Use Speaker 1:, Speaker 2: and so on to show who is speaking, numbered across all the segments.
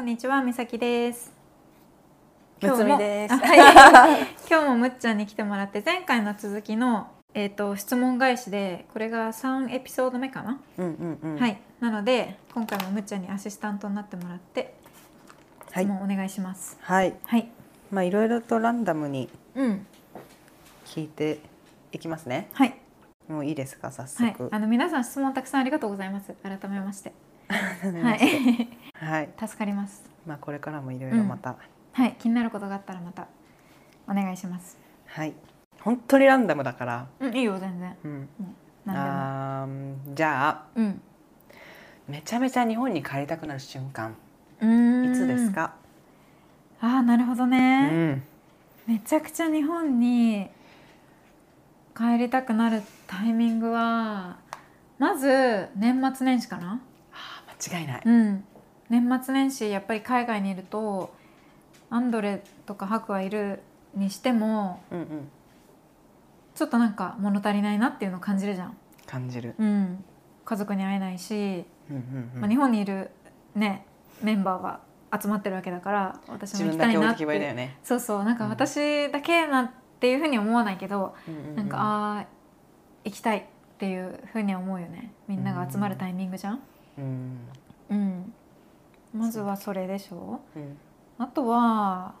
Speaker 1: んにちは、みさきです。
Speaker 2: むつみです
Speaker 1: あ はい、今日もむっちゃんに来てもらって、前回の続きの、えっ、と、質問返しで、これが三エピソード目かな。
Speaker 2: うんうんうん。
Speaker 1: はい、なので、今回もむっちゃんにアシスタントになってもらって、
Speaker 2: は
Speaker 1: 質
Speaker 2: い。
Speaker 1: 問お願いします。
Speaker 2: はい。
Speaker 1: はい、
Speaker 2: まあいろいろとランダムに
Speaker 1: うん、
Speaker 2: 聞いていきますね。
Speaker 1: はい、
Speaker 2: もういいですか早
Speaker 1: はい
Speaker 2: 速。、
Speaker 1: あの、皆さん質問たくさんありがとうございます。改めま して、は
Speaker 2: はいい。、はい。
Speaker 1: 助かります。
Speaker 2: まあこれからもいろいろまた、
Speaker 1: はい、気になることがあったら、またお願いします。
Speaker 2: はい。本当にランダムだから。
Speaker 1: うん、いいよ、全然。
Speaker 2: うん。
Speaker 1: もう何
Speaker 2: あーじゃあ
Speaker 1: でも。うん。
Speaker 2: めちゃめちゃ日本に帰りたくなる瞬間
Speaker 1: うーん
Speaker 2: いつですか？
Speaker 1: ああなるほど
Speaker 2: う
Speaker 1: ね、
Speaker 2: ん。
Speaker 1: めちゃくちゃ日本に帰りたくなるタイミングはまず年末年始かな
Speaker 2: あー間違いない。
Speaker 1: うん年末年始やっぱり海外にいるとアンドレとかハクはいるにしても
Speaker 2: うんうん。
Speaker 1: ちょっとなんか物足りないなっていうのを感じるじゃん、
Speaker 2: 感じる。
Speaker 1: うん、家族に会えないし、
Speaker 2: うんうん
Speaker 1: ま
Speaker 2: う
Speaker 1: あ、
Speaker 2: ん
Speaker 1: 日。本にいるねメンバーが集まってるわけだから私
Speaker 2: 自
Speaker 1: も行き
Speaker 2: 分だ
Speaker 1: た
Speaker 2: け
Speaker 1: い
Speaker 2: 置い
Speaker 1: な
Speaker 2: て
Speaker 1: っ
Speaker 2: きぼり
Speaker 1: て
Speaker 2: だよね。
Speaker 1: そうそうなんか私だけなんていうふうに思わないけど、なんか
Speaker 2: あ。
Speaker 1: あー行きたいっていうふうには思うよねみんなが集まるタイミングじゃん、
Speaker 2: うん
Speaker 1: うん、まずはそれでしょ
Speaker 2: うん。
Speaker 1: あとは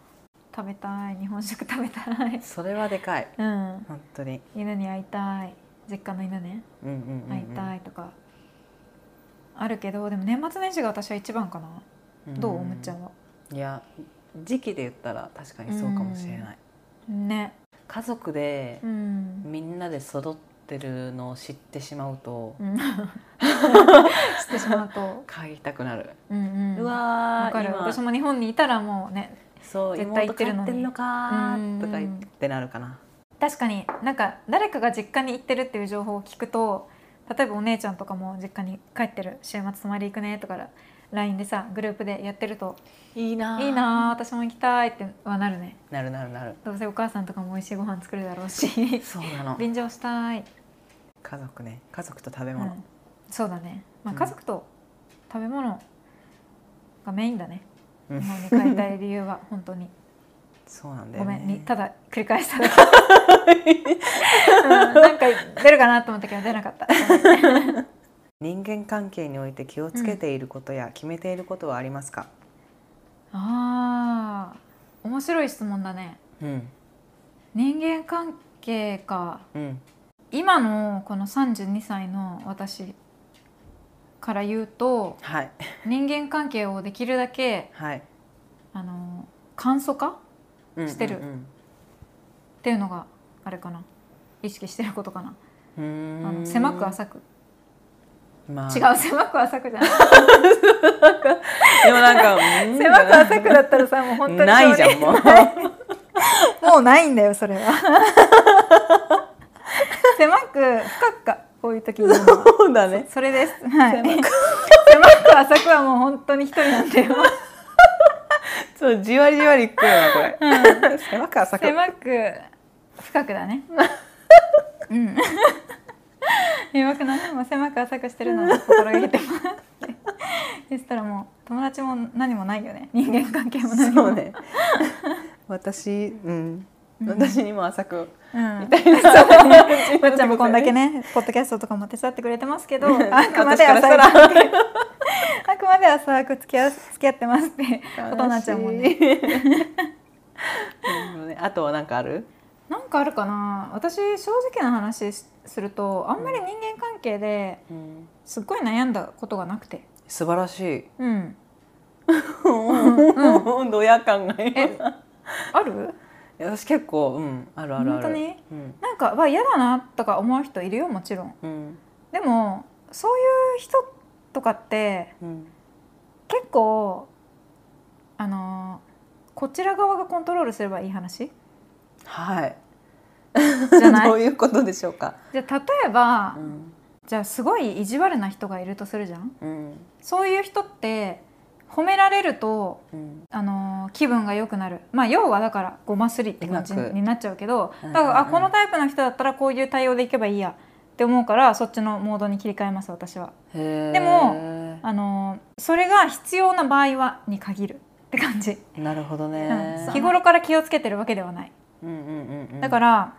Speaker 1: 食べたい日本食食べたい
Speaker 2: それはでかい。
Speaker 1: うん
Speaker 2: 本当に。
Speaker 1: 犬に会いたい実家の犬ね
Speaker 2: うんうんうんうん。
Speaker 1: 会いたいとか、あるけどでも年末年始が私は一番かなどうおむっちゃんはい
Speaker 2: や時期で言ったら確かにそうかもしれない、
Speaker 1: ね
Speaker 2: 家族で
Speaker 1: うん
Speaker 2: みんなで揃ってるのを知ってしまうと
Speaker 1: うん してしまうと、
Speaker 2: 買いたくなる、
Speaker 1: うん
Speaker 2: う
Speaker 1: うん、
Speaker 2: わ
Speaker 1: わか
Speaker 2: ー
Speaker 1: る
Speaker 2: 今
Speaker 1: 私も日本にいたらもうね
Speaker 2: そう
Speaker 1: 絶対行
Speaker 2: 妹
Speaker 1: って
Speaker 2: 帰
Speaker 1: るの
Speaker 2: っ
Speaker 1: に
Speaker 2: てんのかーとか言ってなるかな
Speaker 1: 確かになんか誰かが実家に行ってるっていう情報を聞くと例えばお姉ちゃんとかも実家に帰ってる週末泊まり行くねとか LINE でさグループでやってると
Speaker 2: いいなー
Speaker 1: いいなあ私も行きたいってはなるね
Speaker 2: なるなるなる
Speaker 1: どうせお母さんとかも美味しいご飯作るだろうし
Speaker 2: そうなの
Speaker 1: 便乗したい、
Speaker 2: 家族ね家族と食べ
Speaker 1: う
Speaker 2: 物
Speaker 1: ん、そうだね、まあ、
Speaker 2: うん
Speaker 1: 家族と食べ物がメインだね、
Speaker 2: うん
Speaker 1: 日本に帰りたい理由は 本当に
Speaker 2: そうなんだ
Speaker 1: ご
Speaker 2: よ
Speaker 1: め
Speaker 2: ね
Speaker 1: んにただ繰り返しただ け、うん、なんか出るかなと思ったけど出なかった
Speaker 2: 人間関係において気をつけていることや決めていることはありますか
Speaker 1: あー面白い質問だね
Speaker 2: うん
Speaker 1: 人間関係か
Speaker 2: うん
Speaker 1: 今のこの32歳の私から言うと
Speaker 2: はい
Speaker 1: 人間関係をできるだけ
Speaker 2: はい、
Speaker 1: あの簡素化
Speaker 2: うん
Speaker 1: してる
Speaker 2: うん
Speaker 1: っていうのがあれかな意識してることかな
Speaker 2: うん
Speaker 1: あ
Speaker 2: うー
Speaker 1: の
Speaker 2: ん
Speaker 1: 狭く浅く
Speaker 2: ま
Speaker 1: 違
Speaker 2: あ
Speaker 1: う狭く浅くじゃない
Speaker 2: でもなん かうん
Speaker 1: 狭く浅くだったらさもう本当に
Speaker 2: ないじゃんもう
Speaker 1: もうないんだよそれは 狭く深くかこういう時に言うのは
Speaker 2: そうだね
Speaker 1: それです。はい。
Speaker 2: 狭
Speaker 1: 狭く浅くはもう本当に一人なんだよ。
Speaker 2: そうじわりじわりくるなこれ、 狭く浅く
Speaker 1: 狭く深くだ ね。うん。 狭くなもう狭く浅くしてるのを心がけてます。でしたらもう友達も何もないよね。人間関係も何も。
Speaker 2: そう。 ね私うん
Speaker 1: うん
Speaker 2: 私にも浅く
Speaker 1: うん。
Speaker 2: みたいな
Speaker 1: まっちゃんもこんだけね、ポッドキャストとかも手伝ってくれてますけど、あくま
Speaker 2: 私
Speaker 1: で
Speaker 2: か
Speaker 1: 浅
Speaker 2: らした
Speaker 1: く、
Speaker 2: ら
Speaker 1: あくまで浅く付き合う付き合ってますってことになっちゃうもんね。
Speaker 2: うんねあとはなんかある
Speaker 1: なんかあるかな私正直な話しするとあんまり人間関係ですっごい悩んだことがなくて
Speaker 2: 素晴らしい
Speaker 1: うん
Speaker 2: ドヤ感が今
Speaker 1: えある
Speaker 2: いや私結構うんあるあるあ
Speaker 1: 本
Speaker 2: る
Speaker 1: 当に
Speaker 2: うん
Speaker 1: なんかわ嫌だなとか思う人いるよもちろん
Speaker 2: うん
Speaker 1: でもそういう人とかって
Speaker 2: うん
Speaker 1: 結構あのーこちら側がコントロールすればいい話
Speaker 2: はい
Speaker 1: じゃな
Speaker 2: どう
Speaker 1: い
Speaker 2: いうことでしょうか
Speaker 1: じゃあ例えば、
Speaker 2: うん
Speaker 1: じゃあすごい意地悪な人がいるとするじゃん
Speaker 2: うん
Speaker 1: そういう人って褒められると
Speaker 2: うん
Speaker 1: あのー気分が良くなるまあ要はだからごますりって感じ
Speaker 2: うまく
Speaker 1: になっちゃうけど
Speaker 2: うん
Speaker 1: だから、
Speaker 2: うん
Speaker 1: あこのタイプの人だったらこういう対応でいけばいいやってって思うからそっちのモードに切り替えます私は
Speaker 2: で
Speaker 1: でもあのそれが必要な場合はに限るって感じ、
Speaker 2: なるほど
Speaker 1: う
Speaker 2: ね、
Speaker 1: ん、 日頃から気をつけてるわけではない
Speaker 2: うんうんうんうん
Speaker 1: だから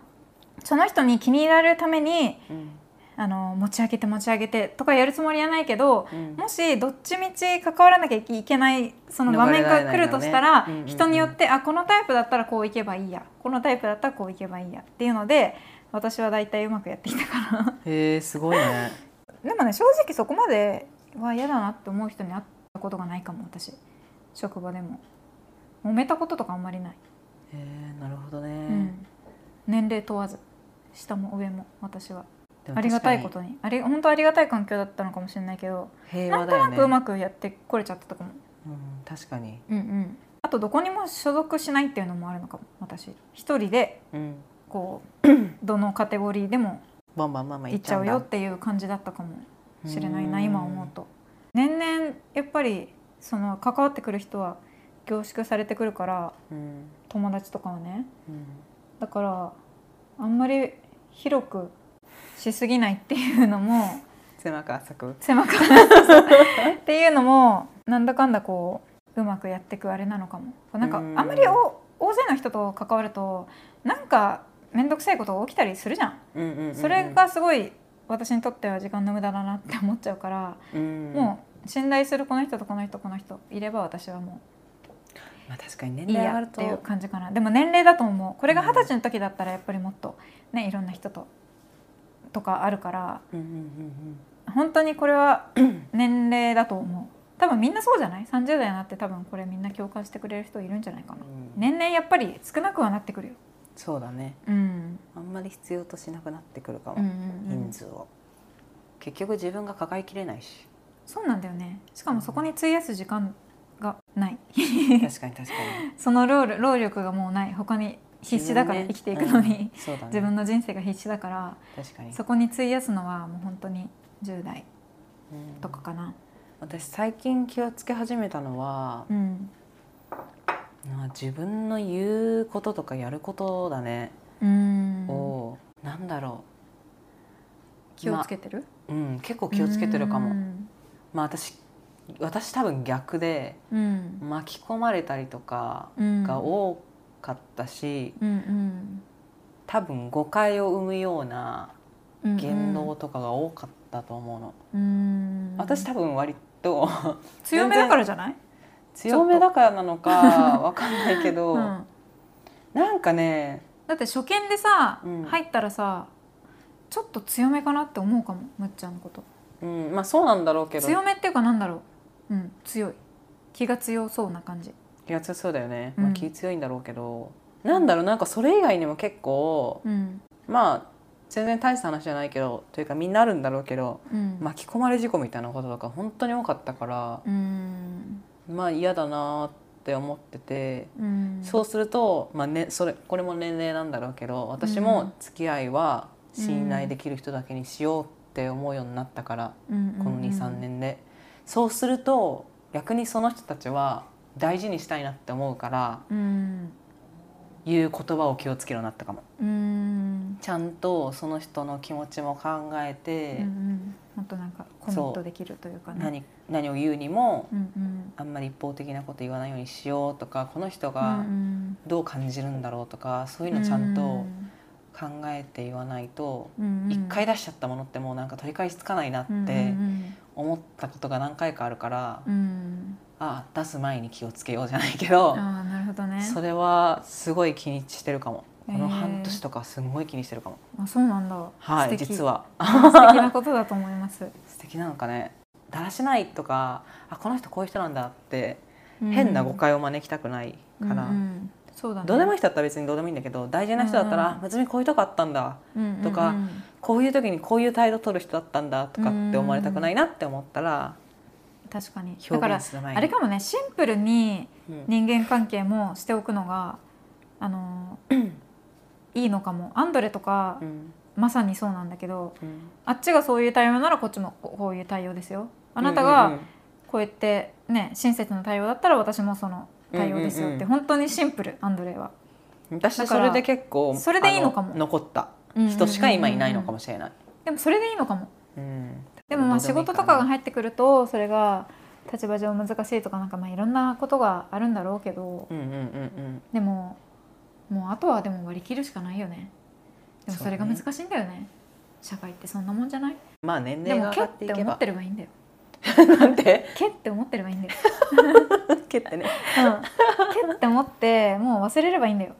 Speaker 1: その人に気に入られるために
Speaker 2: うん
Speaker 1: あの持ち上げて持ち上げてとかやるつもりはないけど
Speaker 2: うん
Speaker 1: もしどっちみち関わらなきゃいけないその場面が来るとしたら、
Speaker 2: 逃れられないのねうんうんうん
Speaker 1: 人によってあこのタイプだったらこういけばいいやこのタイプだったらこういけばいいやっていうので私は大体うまくやってきたか
Speaker 2: へえすごいね
Speaker 1: ら でもね正直そこまでは嫌だなって思う人に会ったことがないかも私職場でも揉めたこととかあんまりない、
Speaker 2: へえなるほどね、
Speaker 1: うん年齢問わず下も上も私は
Speaker 2: でも
Speaker 1: ありがたいこ
Speaker 2: 確か
Speaker 1: とにあり本当ありがたい環境だったのかもしれないけど、
Speaker 2: に平
Speaker 1: な
Speaker 2: 和
Speaker 1: ん
Speaker 2: だ
Speaker 1: と
Speaker 2: よ
Speaker 1: な
Speaker 2: ね
Speaker 1: くうまくやってこれちゃったとかも
Speaker 2: うん、確かに、
Speaker 1: うんうん、あとどこにも所属しないっていうのもあるのかも私一人で
Speaker 2: うん、
Speaker 1: こ うどのカテゴリーでも
Speaker 2: バンバンバンバン
Speaker 1: 行っちゃうよっていう感じだったかもしれないな今思う
Speaker 2: と
Speaker 1: と年々やっぱりその関わってくる人は凝縮されてくるから
Speaker 2: うん
Speaker 1: 友達とかはね
Speaker 2: うん
Speaker 1: だからあんまり広くしすぎないっていうのも
Speaker 2: 狭く浅く
Speaker 1: 狭くっていうのもなんだかんだこううまくやってくあれなのかもなんかあ
Speaker 2: うん
Speaker 1: んまりお大勢の人と関わるとなんか面倒くさいことが起きたりするじゃん
Speaker 2: うんうんうんうん
Speaker 1: それがすごい私にとっては時間の無駄だなって思っちゃうから、
Speaker 2: うん
Speaker 1: もう信頼するこの人とこの人この人いれば私はも
Speaker 2: まあ確かに
Speaker 1: うい
Speaker 2: 年
Speaker 1: い
Speaker 2: 齢上
Speaker 1: や
Speaker 2: がる
Speaker 1: っ
Speaker 2: と
Speaker 1: ていう感じかなでも年齢だと思うこれが二十歳の時だったらやっぱりもっとねいろんな人ととかあるから
Speaker 2: うんうんうん
Speaker 1: 本当にこれは 年齢だと思う多分みんなそうじゃない30代になって多分これみんな共感してくれる人いるんじゃないかな
Speaker 2: うん
Speaker 1: 年々やっぱり少なくはなってくるよ、
Speaker 2: そうだね
Speaker 1: うん、
Speaker 2: あんまり必要としなくなってくるかも、
Speaker 1: うんうんうん
Speaker 2: 人数を結局自分が抱えきれない し
Speaker 1: そうなんだよねしかもそこに費やす時間がない
Speaker 2: 確かに確かに
Speaker 1: その労力労力がもうない他に必死だから
Speaker 2: 自分
Speaker 1: 生き
Speaker 2: ね
Speaker 1: ていくのに、
Speaker 2: うんそうだ ね
Speaker 1: 自分の人生が必死だから
Speaker 2: 確かに
Speaker 1: そこに費やすのはもう本当に10代
Speaker 2: うん
Speaker 1: とかかな
Speaker 2: 私最近気をつけ始めたのは
Speaker 1: う、ん
Speaker 2: まあ自分の言うこととかやることだね、
Speaker 1: うん
Speaker 2: をなんだろ
Speaker 1: 気をつけてる、
Speaker 2: う、うん、結構気をつけてるかも、
Speaker 1: うん
Speaker 2: まあ私私多分逆で
Speaker 1: うん
Speaker 2: 巻き込まれたりとか
Speaker 1: うん
Speaker 2: が多かったし、
Speaker 1: うんうん
Speaker 2: 多分誤解を生むような言動
Speaker 1: を
Speaker 2: とかが多かったと思うの、
Speaker 1: うん
Speaker 2: 私多分割と
Speaker 1: 強めだからじゃない、
Speaker 2: 強めだからなのかわかんないけど、
Speaker 1: うん、
Speaker 2: なんかね
Speaker 1: だって初見でさ、
Speaker 2: うん
Speaker 1: 入ったらさちょっと強めかなって思うかもむっちゃんのこと
Speaker 2: うん、まあそうなんだろうけど
Speaker 1: 強めっていうかなんだろううん強い気が強そうな感じ
Speaker 2: 気が強そうだよね、
Speaker 1: うん
Speaker 2: まあ、気強いんだろうけど、なんだろうなんかそれ以外にも結構
Speaker 1: うん
Speaker 2: まあ全然大した話じゃないけどというかみんなあるんだろうけど
Speaker 1: うん、
Speaker 2: 巻き込まれ事故みたいなこととか本当に多かったから、
Speaker 1: うん
Speaker 2: まあ嫌だなって思ってて、
Speaker 1: うん
Speaker 2: そうすると、まあね、それこれも年齢なんだろうけど私
Speaker 1: うん
Speaker 2: も付き合いは信頼できる人だけにしようって思うようになったから、
Speaker 1: うんうんうん
Speaker 2: この23年で。そうすると逆にその人たちは大事にしたいなって思うから
Speaker 1: うん
Speaker 2: 言う言葉を気をつけるようになったかも
Speaker 1: うん
Speaker 2: ちゃんとその人の気持ちも考え
Speaker 1: う
Speaker 2: て、
Speaker 1: んもっとなんかコミットできるというかね
Speaker 2: 何何を言うにも
Speaker 1: うんうん
Speaker 2: あんまり一方的なこと言わないようにしようとかこの人
Speaker 1: う
Speaker 2: が
Speaker 1: ん
Speaker 2: どう感じるんだろうとかそう
Speaker 1: う
Speaker 2: いうのちゃんと考えて言わないと一回
Speaker 1: だ
Speaker 2: 出しちゃったものってもうなんか取り返しつかないなっ
Speaker 1: うんう
Speaker 2: て
Speaker 1: ん
Speaker 2: 思ったことが何回かあるから
Speaker 1: うんうん
Speaker 2: あ出す前に気をつけようじゃないけど
Speaker 1: ああなるほどね
Speaker 2: それはすごい気にしてるかもこ
Speaker 1: へ
Speaker 2: の
Speaker 1: ー
Speaker 2: 半年とかすごい気にしてるかも
Speaker 1: あそうなんだ、
Speaker 2: は
Speaker 1: 素
Speaker 2: い
Speaker 1: 敵
Speaker 2: 実は
Speaker 1: 素敵なことだと思い ます、
Speaker 2: 素敵なのかねだらしないとかあこの人こういう人なんだって
Speaker 1: うん
Speaker 2: 変な誤解を招きたくないから、
Speaker 1: うんうんそうだ、ね、
Speaker 2: どうでもいい人だったら別にどうでもいいんだけど大事な人だったら、
Speaker 1: うん
Speaker 2: 別にこういうとこあったんだ
Speaker 1: うん
Speaker 2: とか
Speaker 1: うんうん
Speaker 2: こういう時にこういう態度取る人だったんだとかって思われたくないなって思ったら、
Speaker 1: 確かにだか
Speaker 2: 表
Speaker 1: ら
Speaker 2: 現する前に
Speaker 1: あれかもねシンプルに
Speaker 2: うん
Speaker 1: 人間関係もしておくのがあ のーいいのかもアンドレとか、
Speaker 2: うん
Speaker 1: まさにそうなんだけど
Speaker 2: うん
Speaker 1: あっちがそういう対応ならこっちもこういう対応ですよあなたがこうやってね親切な対応だったら私もその対応ですよって、
Speaker 2: うんうんうん
Speaker 1: 本当にシンプルアンドレは、
Speaker 2: うん私
Speaker 1: だか
Speaker 2: そ
Speaker 1: ら
Speaker 2: れで結構
Speaker 1: それでいいのかも
Speaker 2: あ残った
Speaker 1: うんうんうんうん
Speaker 2: 人しか今いないのかもしれない、
Speaker 1: でもそれでいいのかも
Speaker 2: うん、
Speaker 1: でもまあ
Speaker 2: ど
Speaker 1: 仕
Speaker 2: うでもいい
Speaker 1: 事
Speaker 2: かな
Speaker 1: とかが入ってくるとそれが立場上難しいとかなんかまあいろんなことがあるんだろうけど
Speaker 2: うんうんうんうん
Speaker 1: でももうあとはでも割り切るしかないよねでも
Speaker 2: そう
Speaker 1: そ
Speaker 2: ね
Speaker 1: れが難しいんだよね社会ってそんなもんじゃない
Speaker 2: まあ年
Speaker 1: で
Speaker 2: 齢が
Speaker 1: も
Speaker 2: 上
Speaker 1: け
Speaker 2: が
Speaker 1: っ
Speaker 2: ってい
Speaker 1: て
Speaker 2: け
Speaker 1: 思っ
Speaker 2: ば
Speaker 1: てればいいんだよ
Speaker 2: なん て
Speaker 1: けって思ってればいいんだよ、
Speaker 2: けってね
Speaker 1: うん、けって思ってもう忘れればいいんだよ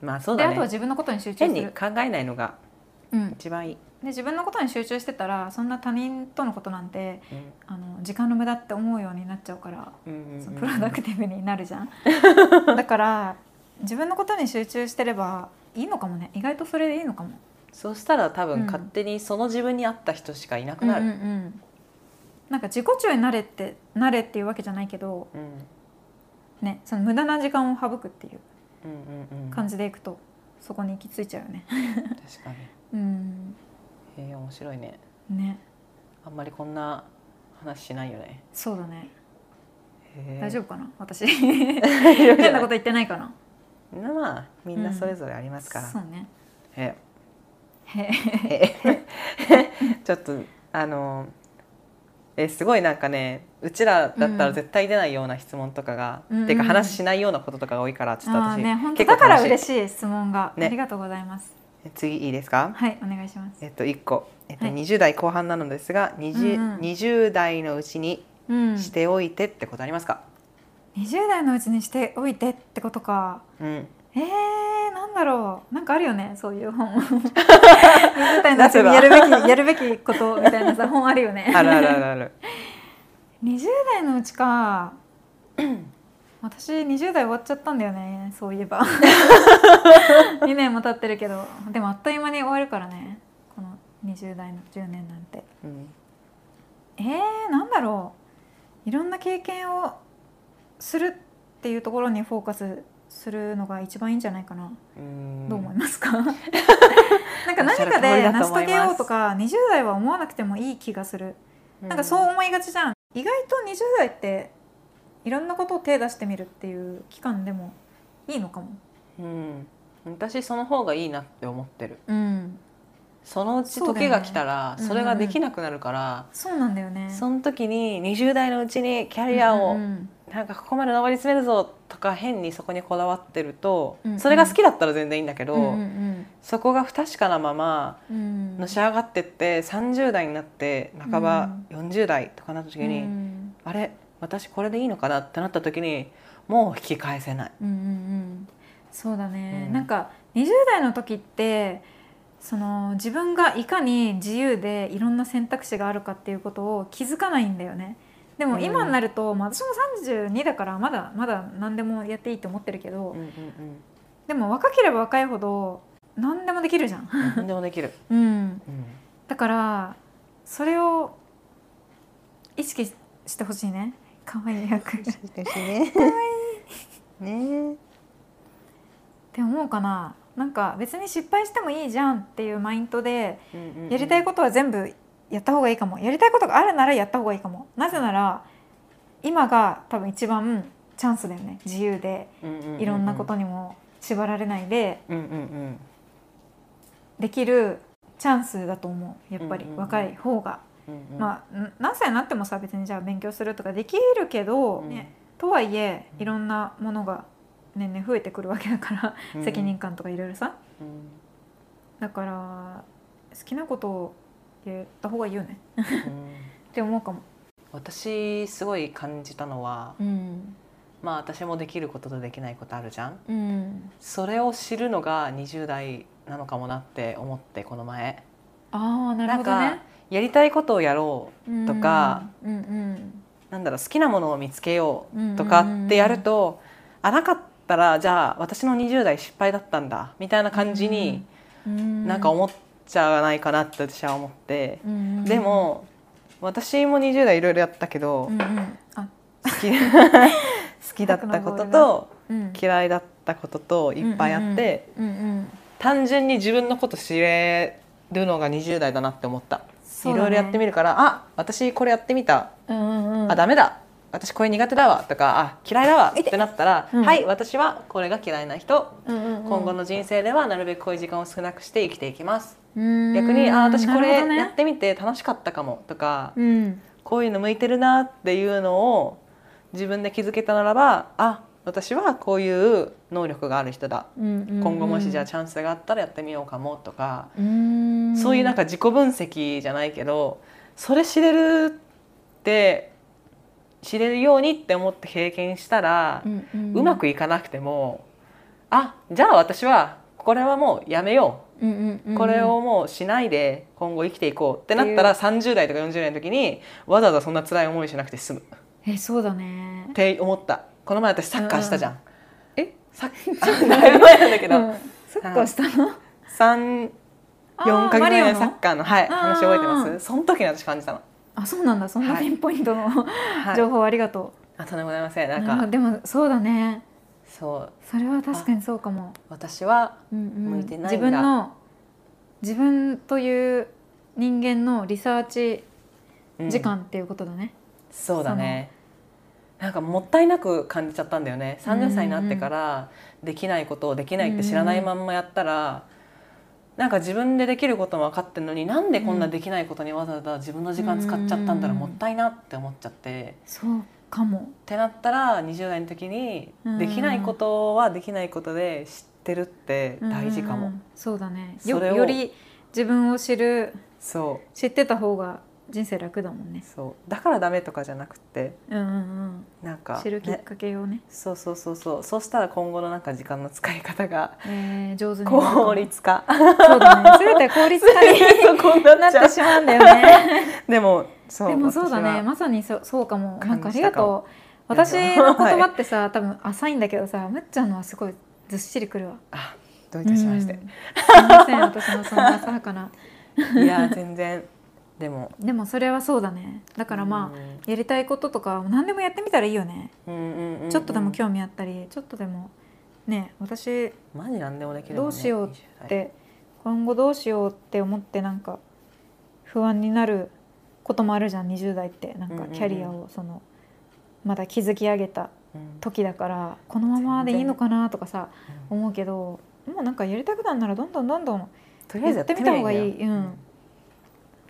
Speaker 2: まあそう
Speaker 1: で
Speaker 2: だ
Speaker 1: あとは
Speaker 2: ね
Speaker 1: 自分のことに集中
Speaker 2: 変
Speaker 1: す
Speaker 2: に
Speaker 1: る、
Speaker 2: 考えないのが
Speaker 1: うん、で
Speaker 2: 一番いい、
Speaker 1: 自分のことに集中してたらそんな他人とのことなんて
Speaker 2: うん
Speaker 1: あの時間の無駄って思うようになっちゃうから
Speaker 2: うんうん
Speaker 1: そううんプロダクティブになるじ ゃんだから自分のことに集中してればいいのかもね意外とそれでいいのかも
Speaker 2: そうしたら多
Speaker 1: う
Speaker 2: 分
Speaker 1: ん
Speaker 2: 勝手にその自分に合った人しかいなくな
Speaker 1: うんう
Speaker 2: る、
Speaker 1: んうんなんか自己中になれってなれっていうわけじゃないけど
Speaker 2: うん
Speaker 1: ねその無駄な時間を省くっていう
Speaker 2: うんうんうん、
Speaker 1: 感
Speaker 2: 確
Speaker 1: じでいくと、そこに行き着いちゃうよ ね
Speaker 2: かに
Speaker 1: うん
Speaker 2: えー、面白いね
Speaker 1: ね
Speaker 2: あんまりこんな話しないよね、
Speaker 1: そうだね
Speaker 2: へー
Speaker 1: 大丈夫かな 私変なこと言ってないかな
Speaker 2: まあみんなそれぞれありますから、
Speaker 1: そうね
Speaker 2: え
Speaker 1: へ
Speaker 2: ーちょっとあのえーすごいなんかねうちらだったら絶対出ないような質問とかが、
Speaker 1: うん
Speaker 2: ていうか
Speaker 1: うん
Speaker 2: 話しないようなこととかが多いからちょっと
Speaker 1: あ
Speaker 2: 私、
Speaker 1: ーね本当
Speaker 2: 結
Speaker 1: だ
Speaker 2: 構
Speaker 1: から
Speaker 2: 楽しい
Speaker 1: 嬉しい質問が、
Speaker 2: ね
Speaker 1: ありがとうございます
Speaker 2: 次いいですか、
Speaker 1: はいお願いします
Speaker 2: えっと1個、えっと、
Speaker 1: はい
Speaker 2: 20代後半なのですが、20,
Speaker 1: うんうん
Speaker 2: 20代のうちに
Speaker 1: うん
Speaker 2: しておいてってことありますか、
Speaker 1: 20代のうちにしておいてってことか
Speaker 2: うん、
Speaker 1: えー、なんだろうなんかあるよねそういう 本20代のうちにやるべきやるべきことみたいな さ本あるよね
Speaker 2: あるあるあるある
Speaker 1: 20代のうち か私20代終わっちゃったんだよねそういえ ば2年も経ってるけどでもあっという間に終わるからねこの20代の10年なんて
Speaker 2: うん
Speaker 1: えー、なんだろういろんな経験をするっていうところにフォーカスするのが一番いいんじゃないかな、
Speaker 2: うん
Speaker 1: どう思います かなんか
Speaker 2: おっ
Speaker 1: 何
Speaker 2: しゃる
Speaker 1: か
Speaker 2: 通り
Speaker 1: で
Speaker 2: だ
Speaker 1: 成
Speaker 2: と
Speaker 1: し
Speaker 2: 思
Speaker 1: 遂
Speaker 2: います
Speaker 1: げようとか20代は思わなくてもいい気がする、なんかそう思いがちじゃん意外と20代っていろんなことを手出してみるっていう期間でもいいのかも
Speaker 2: うん、私その方がいいなって思ってる
Speaker 1: うん
Speaker 2: そのうち
Speaker 1: そうだ
Speaker 2: 時
Speaker 1: よね
Speaker 2: が来たらそ,、れができなくなるから、
Speaker 1: そうなんだよね
Speaker 2: その時に20代のうちにキャリア
Speaker 1: う
Speaker 2: を
Speaker 1: んうん
Speaker 2: なんかここまで上り詰めるぞとか変にそこにこだわってると、
Speaker 1: うんうん
Speaker 2: それが好きだったら全然いいんだけど、
Speaker 1: うんうん
Speaker 2: そこが不確かなまま
Speaker 1: うんうん
Speaker 2: のし上がってって30代になって半ば40代とかなった時に、
Speaker 1: うん
Speaker 2: あれ私これでいいのかなってなった時にもう引き返せない。
Speaker 1: うんうんうん、そうだね、
Speaker 2: うん
Speaker 1: なんか20代の時ってその自分がいかに自由でいろんな選択肢があるかっていうことを気づかないんだよねでも今になると、まあ、私も32だからまだまだ何でもやっていいと思ってるけど、
Speaker 2: うんうん
Speaker 1: でも若ければ若いほど何でもできるじゃん、
Speaker 2: うん、何でもできる、
Speaker 1: うん、
Speaker 2: うん
Speaker 1: だからそれを意識ししてほしいね可愛い 役っ
Speaker 2: ね。ね。
Speaker 1: て思うかななんか別に失敗してもいいじゃんっていうマインドでやりたい
Speaker 2: こ
Speaker 1: ことは全部やった方がいいかもやりたいことがあるならやった方がいいかもなぜなら今が多分一番チャンスだよね自由で
Speaker 2: と
Speaker 1: いろんなこと。にも縛られないで
Speaker 2: うんうんうん。
Speaker 1: できるチャンスだと思うやっぱり
Speaker 2: うんうんうん
Speaker 1: 若い方が、
Speaker 2: うんうん、
Speaker 1: まあん何歳になってもさ別にじゃあ勉強するとかできるけど、
Speaker 2: うん
Speaker 1: ねとはいえ
Speaker 2: うん
Speaker 1: いろんなものが年々増えてくるわけだから、
Speaker 2: うん
Speaker 1: 責任感とかいろいろさ
Speaker 2: うん
Speaker 1: だから好きなことをやった方がいいよね
Speaker 2: うん
Speaker 1: って思うかも。
Speaker 2: 私すごい感じたのは、
Speaker 1: うん
Speaker 2: まあ私もできることとできないことあるじゃん。
Speaker 1: うん、
Speaker 2: それを知るのが20代なのかもなって思ってこの前。
Speaker 1: ああなるほど
Speaker 2: な
Speaker 1: ね
Speaker 2: んか。やりたいことをやろう
Speaker 1: うん
Speaker 2: とか、
Speaker 1: うんうん
Speaker 2: なんだろう好きなものを見つけよ
Speaker 1: うんうんうん
Speaker 2: うとかってやると、あなかったらじゃあ私の20代失敗だったんだみたいな感じに、
Speaker 1: うん、
Speaker 2: なんか思っちゃわないかなって私は思って、
Speaker 1: うんうんうん
Speaker 2: で、も私も20代いろいろやったけど、
Speaker 1: うんうん、あ、
Speaker 2: 好き 好きだっ たことと
Speaker 1: うん、
Speaker 2: 嫌いだったことといっぱいあって、
Speaker 1: うんうん、
Speaker 2: 単純に自分のこと知れるのが20代だなって思った、
Speaker 1: そ
Speaker 2: いう
Speaker 1: だね
Speaker 2: ろいろやってみるからあ私これやってみた、
Speaker 1: うんうんうん、
Speaker 2: あダメだ私これ苦手だわとかあ嫌いだわってなったら、
Speaker 3: うん
Speaker 2: はい私はこれが嫌いな人、今
Speaker 3: 今
Speaker 2: 後の人生ではなるべくこういう時間を少なくして生きていきます、逆
Speaker 3: 逆
Speaker 2: にあ私こ
Speaker 1: な
Speaker 2: れ
Speaker 1: るほどね
Speaker 2: やってみて楽しかったかもとか、
Speaker 3: うん
Speaker 2: こういうの向いてるなっていうのを自分で気づけたならばあ私はこういう能力がある人だ今後もしじゃあチャンスがあったらやってみようかもとか、そういうなん
Speaker 3: か
Speaker 2: か自己分析じゃないけどそれ知れるって知れるようにって思って経験したら、う
Speaker 3: う
Speaker 2: まくいかなくてもあじゃあ私はこれはもうやめよう
Speaker 3: く
Speaker 2: これをもうしないで今後生きていこうってなったら30代とか40代の時にわざわざそんな辛い思いしなくて済むっ
Speaker 1: えそうだね
Speaker 2: て思ったこの前私サッカーしたじゃん、
Speaker 3: え
Speaker 2: サッカー だいぶ前なんだけど、
Speaker 1: サッカーしたの
Speaker 2: 三四か月
Speaker 1: マリ
Speaker 2: 前
Speaker 1: オ
Speaker 2: のサ
Speaker 1: の
Speaker 2: ッカーのはい
Speaker 1: あー
Speaker 2: 話覚えてますその時に私感じたの、
Speaker 1: あそうなんだそんな
Speaker 2: はい
Speaker 1: ピンポイントの
Speaker 2: はい、
Speaker 1: 情報ありがと
Speaker 2: あとんでもございません
Speaker 1: う
Speaker 2: なん
Speaker 1: な
Speaker 2: か
Speaker 1: んかでもそうだね
Speaker 2: そう
Speaker 1: それは確かにそうかも
Speaker 2: 私は
Speaker 1: うんうん
Speaker 2: 向いてないんだ
Speaker 1: 自分の自分という人間のリサーチ
Speaker 2: うん
Speaker 1: 時間っていうことだね
Speaker 2: そうだねなんかもったいなく感じちゃったんだよね
Speaker 1: うんうん
Speaker 2: 30歳になってからできないことをできないって知らないまんまやったらなんか自分でできることも分かってるのになんでこんなできないことにわざわざ自分の時間使っちゃったんだろう
Speaker 1: うんう
Speaker 2: も
Speaker 1: ん
Speaker 2: ったいなって思っちゃって。
Speaker 1: そうかも
Speaker 2: ってなったら20代の時に
Speaker 1: うん
Speaker 2: できないことはできないことで知ってるって大事かも、
Speaker 1: うんうんそうだねよ
Speaker 2: それを
Speaker 1: より自分を知る
Speaker 2: そう
Speaker 1: 知ってた方が人生楽だもんね
Speaker 2: そうだからダメとかじゃなくて
Speaker 1: うんうん
Speaker 2: なん
Speaker 1: う
Speaker 2: か
Speaker 1: ん知るきっ
Speaker 2: ね、
Speaker 1: かけをね
Speaker 2: そうそうそうそうそうしたら今後のなんか時間の使い方が
Speaker 1: えー上手になるかも
Speaker 2: 効率化
Speaker 1: そうだね全て効率化に
Speaker 2: そうこうな
Speaker 1: な
Speaker 2: っちゃ
Speaker 1: って
Speaker 2: う
Speaker 1: しまうんだよね
Speaker 2: でもそう
Speaker 1: でもそうだ
Speaker 2: 私
Speaker 1: ね
Speaker 2: は
Speaker 1: まさにそそうかもなんか
Speaker 2: 感
Speaker 1: あ
Speaker 2: じ
Speaker 1: り
Speaker 2: た
Speaker 1: が
Speaker 2: かも
Speaker 1: とう私の言葉
Speaker 2: は
Speaker 1: ってさ、多分浅いんだけどさむっちゃんのはすごいずっしりくるわ
Speaker 2: あどういたしまして
Speaker 1: うん、すいません私のそんな浅はかない
Speaker 2: や全然でも
Speaker 1: でもそれはそうだねだからまあ、やりたいこととか何でもやってみたらいいよね、
Speaker 2: うんうんうんうん
Speaker 1: ちょっとでも興味あったりちょっとでもね私
Speaker 2: マジなんでもできる
Speaker 1: どうしようって、今後どうしようって思ってなんか不安になることもあるじゃん20代ってなん
Speaker 2: うんう
Speaker 1: か
Speaker 2: んうん
Speaker 1: キャリアをそのまだ築き上げた
Speaker 2: と
Speaker 1: 時だからこのままでいいのかなとかさ思うけどもうなんかやりたくなんならどんどんどんどんっ
Speaker 2: とりあえずやってみた方がいいんだよ
Speaker 1: やってみた方がいいうん
Speaker 2: わ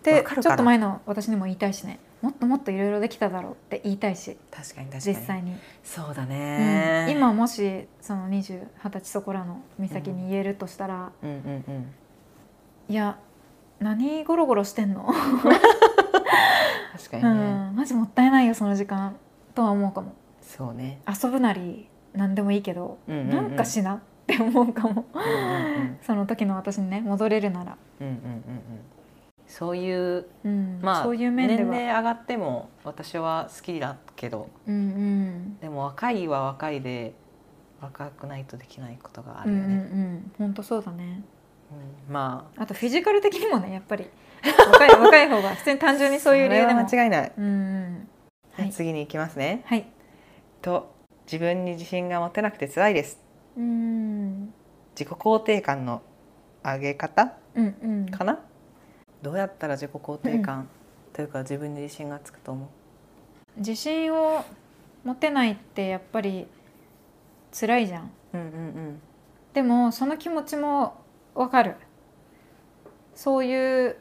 Speaker 1: て
Speaker 2: かるかな
Speaker 1: ちょっと前の私にも言いたいしねもっともっといろいろできただろうって言いたいし
Speaker 2: 確かに確か
Speaker 1: 実
Speaker 2: に
Speaker 1: 際に、
Speaker 2: そうだ
Speaker 1: うん
Speaker 2: ね、
Speaker 1: 今もしその20二十歳そこらの美咲に言えるとしたら、
Speaker 2: うんうんうん
Speaker 1: いや何ゴロゴロしてんの
Speaker 2: 確かに
Speaker 1: う
Speaker 2: ね、
Speaker 1: ん、マジもったいないよその時間とは思うかも
Speaker 2: そうね、
Speaker 1: 遊ぶなり何でもいいけど、
Speaker 2: うんうんうん
Speaker 1: なんかしなって思うかも
Speaker 2: うんうん
Speaker 1: その時の私にね戻れるなら、
Speaker 2: うんうんうんうんそういう
Speaker 1: うん
Speaker 2: まあ
Speaker 1: そういう面では
Speaker 2: 年齢上がっても私は好きだけど
Speaker 1: うんうん
Speaker 2: でも若いは若いで若くないとできないことがあ
Speaker 1: う
Speaker 2: る
Speaker 1: ん
Speaker 2: よ
Speaker 1: うん
Speaker 2: ね、
Speaker 1: うん本当そうだね
Speaker 2: うんまあ
Speaker 1: あとフィジカル的にもねやっぱり若い 若い方が普通に単純にそういう理由でも
Speaker 2: それは間違いない、
Speaker 1: うんうんはい
Speaker 2: 次に行きますね
Speaker 1: はい
Speaker 2: と自分に自信が持てなくて辛いです
Speaker 1: うん
Speaker 2: 自己肯定感の上げ方
Speaker 1: うんうん
Speaker 2: かな、どうやったら自己肯定感、というか自分に自信がつくと思う
Speaker 1: 自信を持てないってやっぱり辛いじゃん
Speaker 2: うんうん
Speaker 1: でもその気持ちもわかるそういう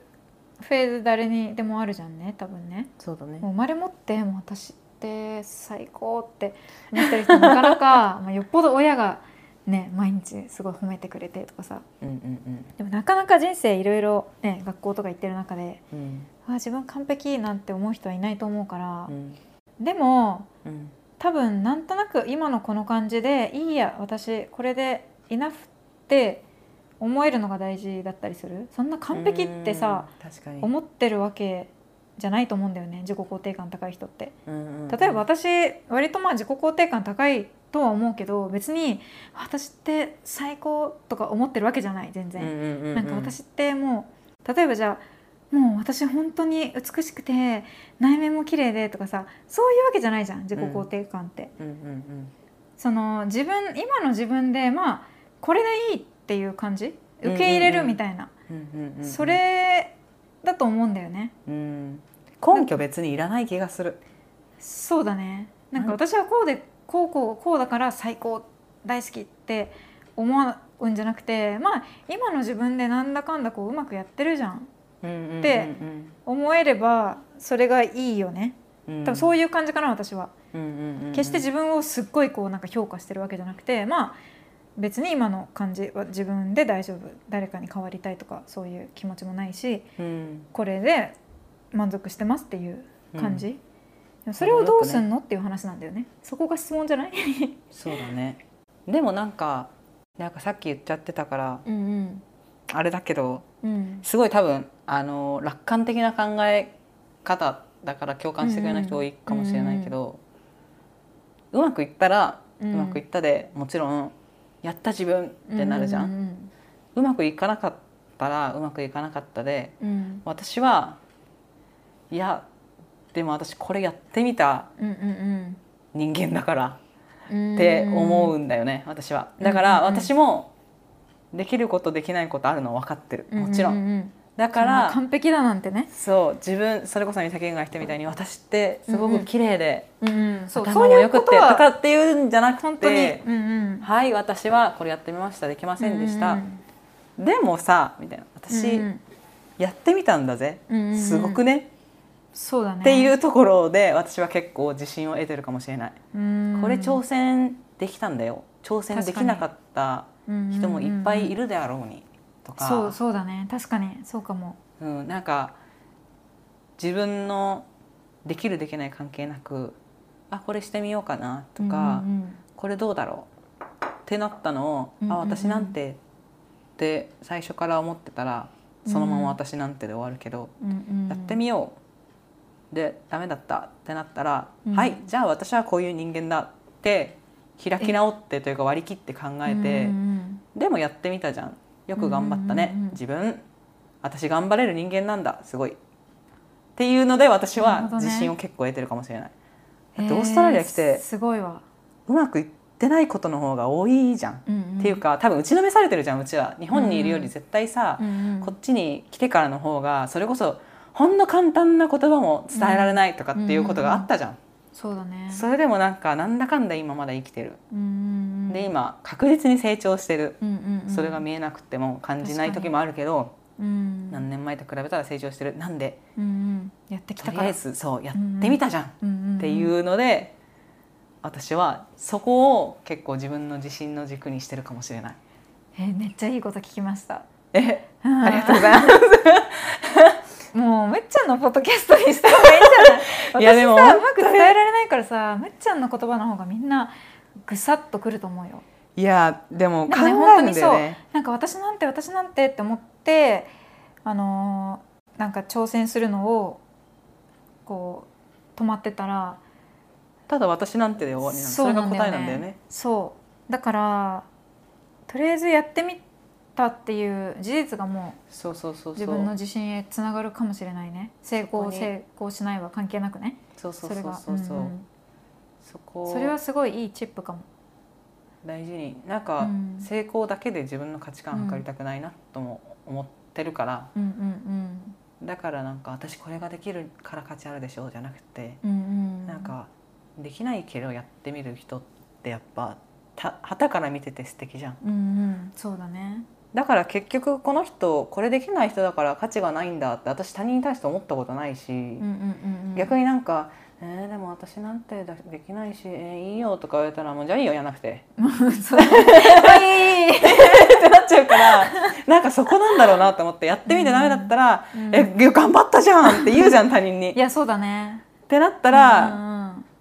Speaker 1: フェーズ誰にでもあるじゃんね多分ね
Speaker 2: そうだね
Speaker 1: もう生まれ持ってもう私って最高って思ってる人なか なかまあよっぽど親がね毎日すごい褒めてくれてとかさ
Speaker 2: うんうん
Speaker 1: でもなかなか人生いろいろね学校とか行ってる中で
Speaker 2: うんうん
Speaker 1: あ自分完璧なんて思う人はいないと思うから
Speaker 2: う、ん
Speaker 1: でも
Speaker 2: うん
Speaker 1: 多分なんとなく今のこの感じでいいや私これでイナフって思えるのが大事だったりするそんな完璧ってさ
Speaker 2: うん確かに
Speaker 1: 思ってるわけじゃないと思うんだよね自己肯定感高い人って
Speaker 2: うんうん
Speaker 1: 例えば私割とまあ自己肯定感高いとは思うけど別に私って最高とか思ってるわけじゃない全
Speaker 2: う
Speaker 1: 然、
Speaker 2: んうんうんうん
Speaker 1: なんか私ってもう例えばじゃあもう私本当に美しくて内面も綺麗でとかさそういうわけじゃないじゃん自己肯定感って、
Speaker 2: うんうん
Speaker 1: その自分今の自分でまあこれでいいっていう感じ受け入れるみたいな、
Speaker 2: うんうんうんうんうん
Speaker 1: それだと思うんだよね。
Speaker 2: うん根拠別にいらない気がする
Speaker 1: そうだねなんか
Speaker 2: うん
Speaker 1: 私はこうでこうこうこうだから最高大好きって思うんじゃなくてまあ今の自分でなんだかんだこううまくやってるじゃんで思えればそれがいいよね多分そうういう感じかな私は。
Speaker 2: いう
Speaker 1: 決して自分をすっごいこうなんか評価してるわけじゃなくてまあ別に今の感じは自分で大丈夫誰かに変わりたいとかそういう気持ちもないし
Speaker 2: 分
Speaker 1: これで満足してますっていう感じ、それをどうすんのっていう話なんだよねそこが質問じゃない
Speaker 2: そうだねでもなんかなんかさっき言っちゃってたから
Speaker 1: うん
Speaker 2: あれだけど
Speaker 1: うんうん
Speaker 2: すごい多分あの楽観的な考え方だから共感してくれない人多いかもしれないけど、うまくいったらう
Speaker 1: うん
Speaker 2: まくいったで、もちろんやった自分ってなるじゃん、う
Speaker 1: うん
Speaker 2: まくいかなかったらうまくいかなかったで
Speaker 1: うん
Speaker 2: 私はいやでも私これやってみた
Speaker 1: うんうん
Speaker 2: 人間だから
Speaker 1: うん
Speaker 2: って思うんだよね、私はだか
Speaker 1: う
Speaker 2: ら
Speaker 1: んうんうん
Speaker 2: 私もできることできないことあるのは分かってる
Speaker 1: う
Speaker 2: もちろ
Speaker 1: うんううん
Speaker 2: だか
Speaker 1: そんな
Speaker 2: ら
Speaker 1: 完璧だなんてね
Speaker 2: そう自分それこそ美咲が言ったみたいに私ってすごく綺麗で、
Speaker 1: うんうんそう
Speaker 2: 頭
Speaker 1: そう
Speaker 2: も
Speaker 1: い
Speaker 2: よ
Speaker 1: う
Speaker 2: く
Speaker 1: こ
Speaker 2: て
Speaker 1: と
Speaker 2: と
Speaker 1: は
Speaker 2: かっていうんじゃなくて
Speaker 1: 本当にうんうん
Speaker 2: はい私はこれやってみましたできませんでした、
Speaker 1: うんうん
Speaker 2: でもさみたいな私、
Speaker 1: うんうん
Speaker 2: やってみたんだぜ、
Speaker 1: うんうんうん
Speaker 2: すごくね、
Speaker 1: そうだね
Speaker 2: っていうところで私は結構自信を得てるかもしれない、
Speaker 1: うん
Speaker 2: これ挑戦できたんだよ挑戦できなかった人もいっぱいい
Speaker 1: る
Speaker 2: るであろうにとか、
Speaker 1: そうそうだね確かにそうかも
Speaker 2: うん、なんか自分のできるできない関係なくあこれしてみようかなとか、
Speaker 1: うんうん
Speaker 2: これどうだろうってなったのを、
Speaker 1: うんうん
Speaker 2: あ
Speaker 1: うん
Speaker 2: 私なんてって最初から思ってたらそのまま私なんてで終わるけど、
Speaker 1: うんうんうん
Speaker 2: やってみようでダメだったってなったら、
Speaker 1: うん
Speaker 2: はいじゃあ私はこういう人間だって開き直ってというか割り切って考えて。
Speaker 1: うんうん
Speaker 2: でもやってみたじゃんよく頑張ったね、
Speaker 1: うんうんうん
Speaker 2: 自分私頑張れる人間なんだすごいっていうので私
Speaker 1: なる
Speaker 2: は
Speaker 1: ほどね
Speaker 2: 自信を結構得てるかもしれない、
Speaker 1: う
Speaker 2: だ
Speaker 1: ん
Speaker 2: ってオーストラリア来
Speaker 1: えー
Speaker 2: て
Speaker 1: すごいわ
Speaker 2: うまくいってないことの方が多いじゃん、
Speaker 1: っ
Speaker 2: っていうか多分打ちのめされてるじゃんうちは日本にいるより絶対さ、こっちに来てからの方がそれこそほんの簡単な言葉も伝えられないとかっていうことがあったじゃん、
Speaker 1: そうだね
Speaker 2: それでもなんかなんだかんだ今まだ生きてる、
Speaker 1: うんうんうん
Speaker 2: で今確実に成長してる
Speaker 1: うんうんうん
Speaker 2: それが見えなくても感じない時もあるけど、
Speaker 1: うん
Speaker 2: 何年前と比べたら成長してるなんで
Speaker 1: うんうんやってき
Speaker 2: と
Speaker 1: た
Speaker 2: り
Speaker 1: か
Speaker 2: あ
Speaker 1: ら
Speaker 2: えずそうやってみたじゃん
Speaker 1: っ
Speaker 2: っていうので、私はそこを結構自分の自信の軸にしてるかもしれない。
Speaker 1: えーめっちゃいいこと聞きました
Speaker 2: え
Speaker 1: あ
Speaker 2: ありがとうございます
Speaker 1: もうむっちゃんのポッドキャストにした方がいいんじゃない
Speaker 2: いやでも
Speaker 1: 私さうまく伝えられないからさむっちゃんの言葉の方がみんなぐさっとくると思うよ
Speaker 2: いやでも
Speaker 1: で
Speaker 2: 考
Speaker 1: も
Speaker 2: え
Speaker 1: ね
Speaker 2: るん
Speaker 1: 本当に
Speaker 2: だよ
Speaker 1: そう
Speaker 2: ね。
Speaker 1: なんか私なんて私なんてって思ってあのーなんか挑戦するのをこう止まってたら
Speaker 2: ただ私なんてで終わりなのそれが答えなんだよね。
Speaker 1: そうだからとりあえずやってみたっていう事実がも
Speaker 2: そうそうそうう
Speaker 1: 自
Speaker 2: そう
Speaker 1: 分の自信へつながるかもしれないね成
Speaker 2: こ
Speaker 1: 功
Speaker 2: に
Speaker 1: 成功しないは関係なくね
Speaker 2: そう
Speaker 1: そ
Speaker 2: そ
Speaker 1: う
Speaker 2: そ
Speaker 1: れ
Speaker 2: う
Speaker 1: が
Speaker 2: そうそう
Speaker 1: うんうん
Speaker 2: そこを
Speaker 1: それはすごいいいチップかも
Speaker 2: 大事になんか、
Speaker 1: うん
Speaker 2: 成功だけで自分の価値観測りたくないなとも思ってるから、
Speaker 1: うんうん
Speaker 2: だからなんか私これができるから価値あるでしょうじゃなくて、
Speaker 1: うんうんうん
Speaker 2: なんかできないけどやってみる人ってやっぱた旗から見てて素敵じゃん
Speaker 1: うんうんそうだね
Speaker 2: だから結局この人これできない人だから価値がないんだって私他人に対して思ったことないし、
Speaker 1: うんうんうんうん
Speaker 2: 逆になんか「えー、でも私なんてだできないし、えーいいよ」とか言われたら「もうじゃあいいよやんなくて
Speaker 1: うん そうはい」
Speaker 2: ってなっちゃ うからなんかそこなんだろうなと思ってやってみてダメだったら「
Speaker 1: うん
Speaker 2: え頑張ったじゃん」って言うじゃん他人に。
Speaker 1: いやそうだね
Speaker 2: ってなったら、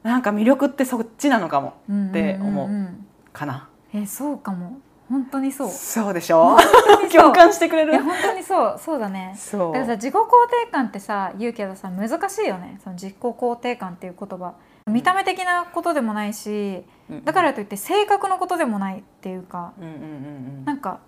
Speaker 2: なんか魅力ってそっちなのかもって思うかな。
Speaker 1: えそうかも本当にそう
Speaker 2: そうでしょ
Speaker 1: 本当 にそう
Speaker 2: 共感してくれ
Speaker 1: いや
Speaker 2: る
Speaker 1: 本当にそうそうだね
Speaker 2: そ
Speaker 1: だ
Speaker 2: う
Speaker 1: からさ自己肯定感ってさ言うけどさ難しいよねその自己肯定感っていう言葉見た目的なことでもないしだからといって性格のことでもないっていうか
Speaker 2: うんうんうんうん
Speaker 1: なんか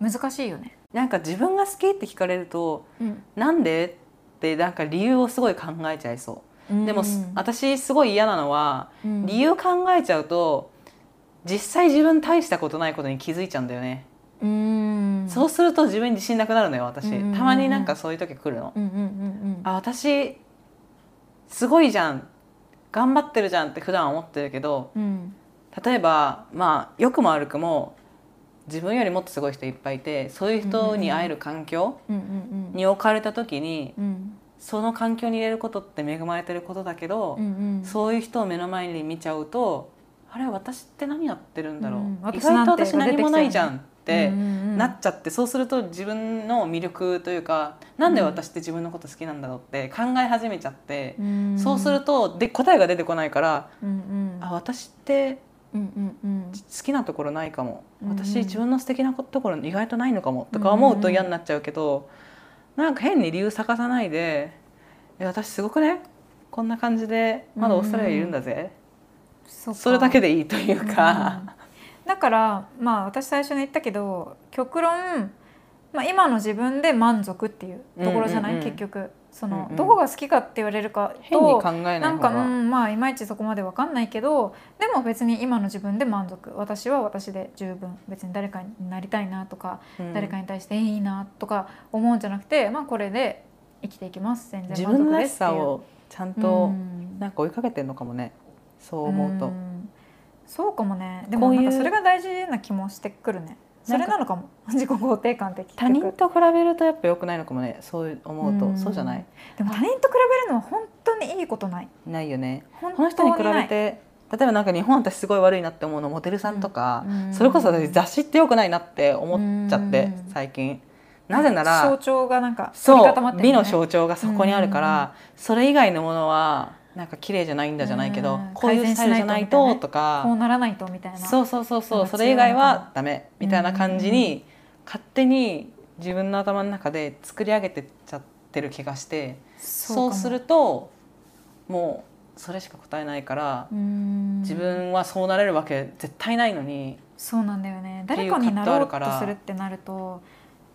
Speaker 1: 難しいよね
Speaker 2: なんか自分が好きって聞かれると
Speaker 1: うん
Speaker 2: なんでってなんか理由をすごい考えちゃいそうでも、す私すごい嫌なのは理
Speaker 1: 由
Speaker 2: 由考えちゃうと実際自分大したことないことに気づいちゃうんだよね、
Speaker 1: うん
Speaker 2: そうすると自分に自信なくなるのよ私、
Speaker 1: うんうんうんうん
Speaker 2: たまになんかそういう時来るの、
Speaker 1: うんうんうんうん
Speaker 2: あ私すごいじゃん頑張ってるじゃんって普段思ってるけど
Speaker 1: うん
Speaker 2: 例えばまあ良くも悪くも自分よりもっとすごい人いっぱいいてそういう人に会える環境
Speaker 1: うんうん
Speaker 2: に置かれた時に
Speaker 1: うんうん
Speaker 2: その環境に入れることって恵まれてることだけど、
Speaker 1: うんうん
Speaker 2: そういう人を目の前に見ちゃうとあれ私って何やってるんだろう、
Speaker 1: うん
Speaker 2: 意
Speaker 1: 私
Speaker 2: 外と
Speaker 1: なんて
Speaker 2: 私何もないじゃんっ
Speaker 1: う
Speaker 2: て
Speaker 1: んうんうん
Speaker 2: なっちゃってそうすると自分の魅力というかなんで私って自分のこと好きなんだろうって考え始めちゃって、
Speaker 1: うん
Speaker 2: そうするとで答えが出てこないから、
Speaker 1: うんうん
Speaker 2: あ私って
Speaker 1: うんうんうん
Speaker 2: 好きなところないかも、
Speaker 1: うんうん
Speaker 2: 私自分の素敵なところ意外とないのかもとか思うと嫌になっちゃうけど、なんか変に理由探さないで「え私すごくねこんな感じでまだオーストラリアいるんだぜ、
Speaker 1: そ
Speaker 2: それだけ
Speaker 1: で
Speaker 2: でいい」というか。
Speaker 1: だからまあ私最初に言ったけど極論、まあ、今の自分で満足っていうところじゃない、
Speaker 2: うんうんうん
Speaker 1: 結局その、
Speaker 2: うんうん
Speaker 1: どこが好きかって言われるか
Speaker 2: 変に
Speaker 1: と
Speaker 2: 考えない
Speaker 1: なん
Speaker 2: 方
Speaker 1: か
Speaker 2: が
Speaker 1: うんまあいまいちそこまでわかんないけどでも別に今の自分で満足私は私で十分別に誰かになりたいなとか、
Speaker 2: うん
Speaker 1: 誰かに対してえいいなとか思うんじゃなくてまあこれで生きていきます全
Speaker 2: 自
Speaker 1: 然満
Speaker 2: 分
Speaker 1: 足
Speaker 2: ら
Speaker 1: で
Speaker 2: し
Speaker 1: すっていう
Speaker 2: さをちゃんと
Speaker 1: うん
Speaker 2: なんか追いかけてるのかもねそう思うと
Speaker 1: んそうかもねで
Speaker 2: こ
Speaker 1: も
Speaker 2: うい
Speaker 1: な
Speaker 2: うん
Speaker 1: かそれが大事な気もしてくるねそ
Speaker 2: なんか
Speaker 1: れなのかも 自己肯定感って結局
Speaker 2: 他人と比べるとやっぱ良くないのかもねそう思う
Speaker 1: う
Speaker 2: と
Speaker 1: ん
Speaker 2: そうじゃない
Speaker 1: でも他人と比べるのは本当にいいことない
Speaker 2: ないよね
Speaker 1: 本
Speaker 2: この人に比べて例えばなんか日本私すごい悪いなって思うのモデルさんとか
Speaker 1: うん
Speaker 2: それこそ私雑誌って良くないなって思っちゃって
Speaker 1: うん
Speaker 2: 最近なぜなら
Speaker 1: 象徴がなんか凝り
Speaker 2: そ
Speaker 1: 固まっ
Speaker 2: う
Speaker 1: て
Speaker 2: 美の
Speaker 1: 象
Speaker 2: 象徴がそこにあるから、それ以外のものはなんか綺麗じゃないんだじゃないけど、
Speaker 1: うん
Speaker 2: こういうスタイルじゃないと
Speaker 1: こ
Speaker 2: と
Speaker 1: う
Speaker 2: か
Speaker 1: ならないとみたいな
Speaker 2: そうそうそうそ
Speaker 1: なんか
Speaker 2: うそれ以
Speaker 1: 強
Speaker 2: 外
Speaker 1: いのか
Speaker 2: は
Speaker 1: な
Speaker 2: ダメみたいな感じに、勝手に自分の頭の中で作り上げてっちゃってる気がしてそう
Speaker 1: かも
Speaker 2: するともうそれしか答えないから、
Speaker 1: うん
Speaker 2: 自分はそうなれるわけ絶対ないのに
Speaker 1: そうなんだよね
Speaker 2: てい
Speaker 1: 誰
Speaker 2: う
Speaker 1: かになろう
Speaker 2: 葛藤あるか
Speaker 1: と
Speaker 2: ら
Speaker 1: するってなると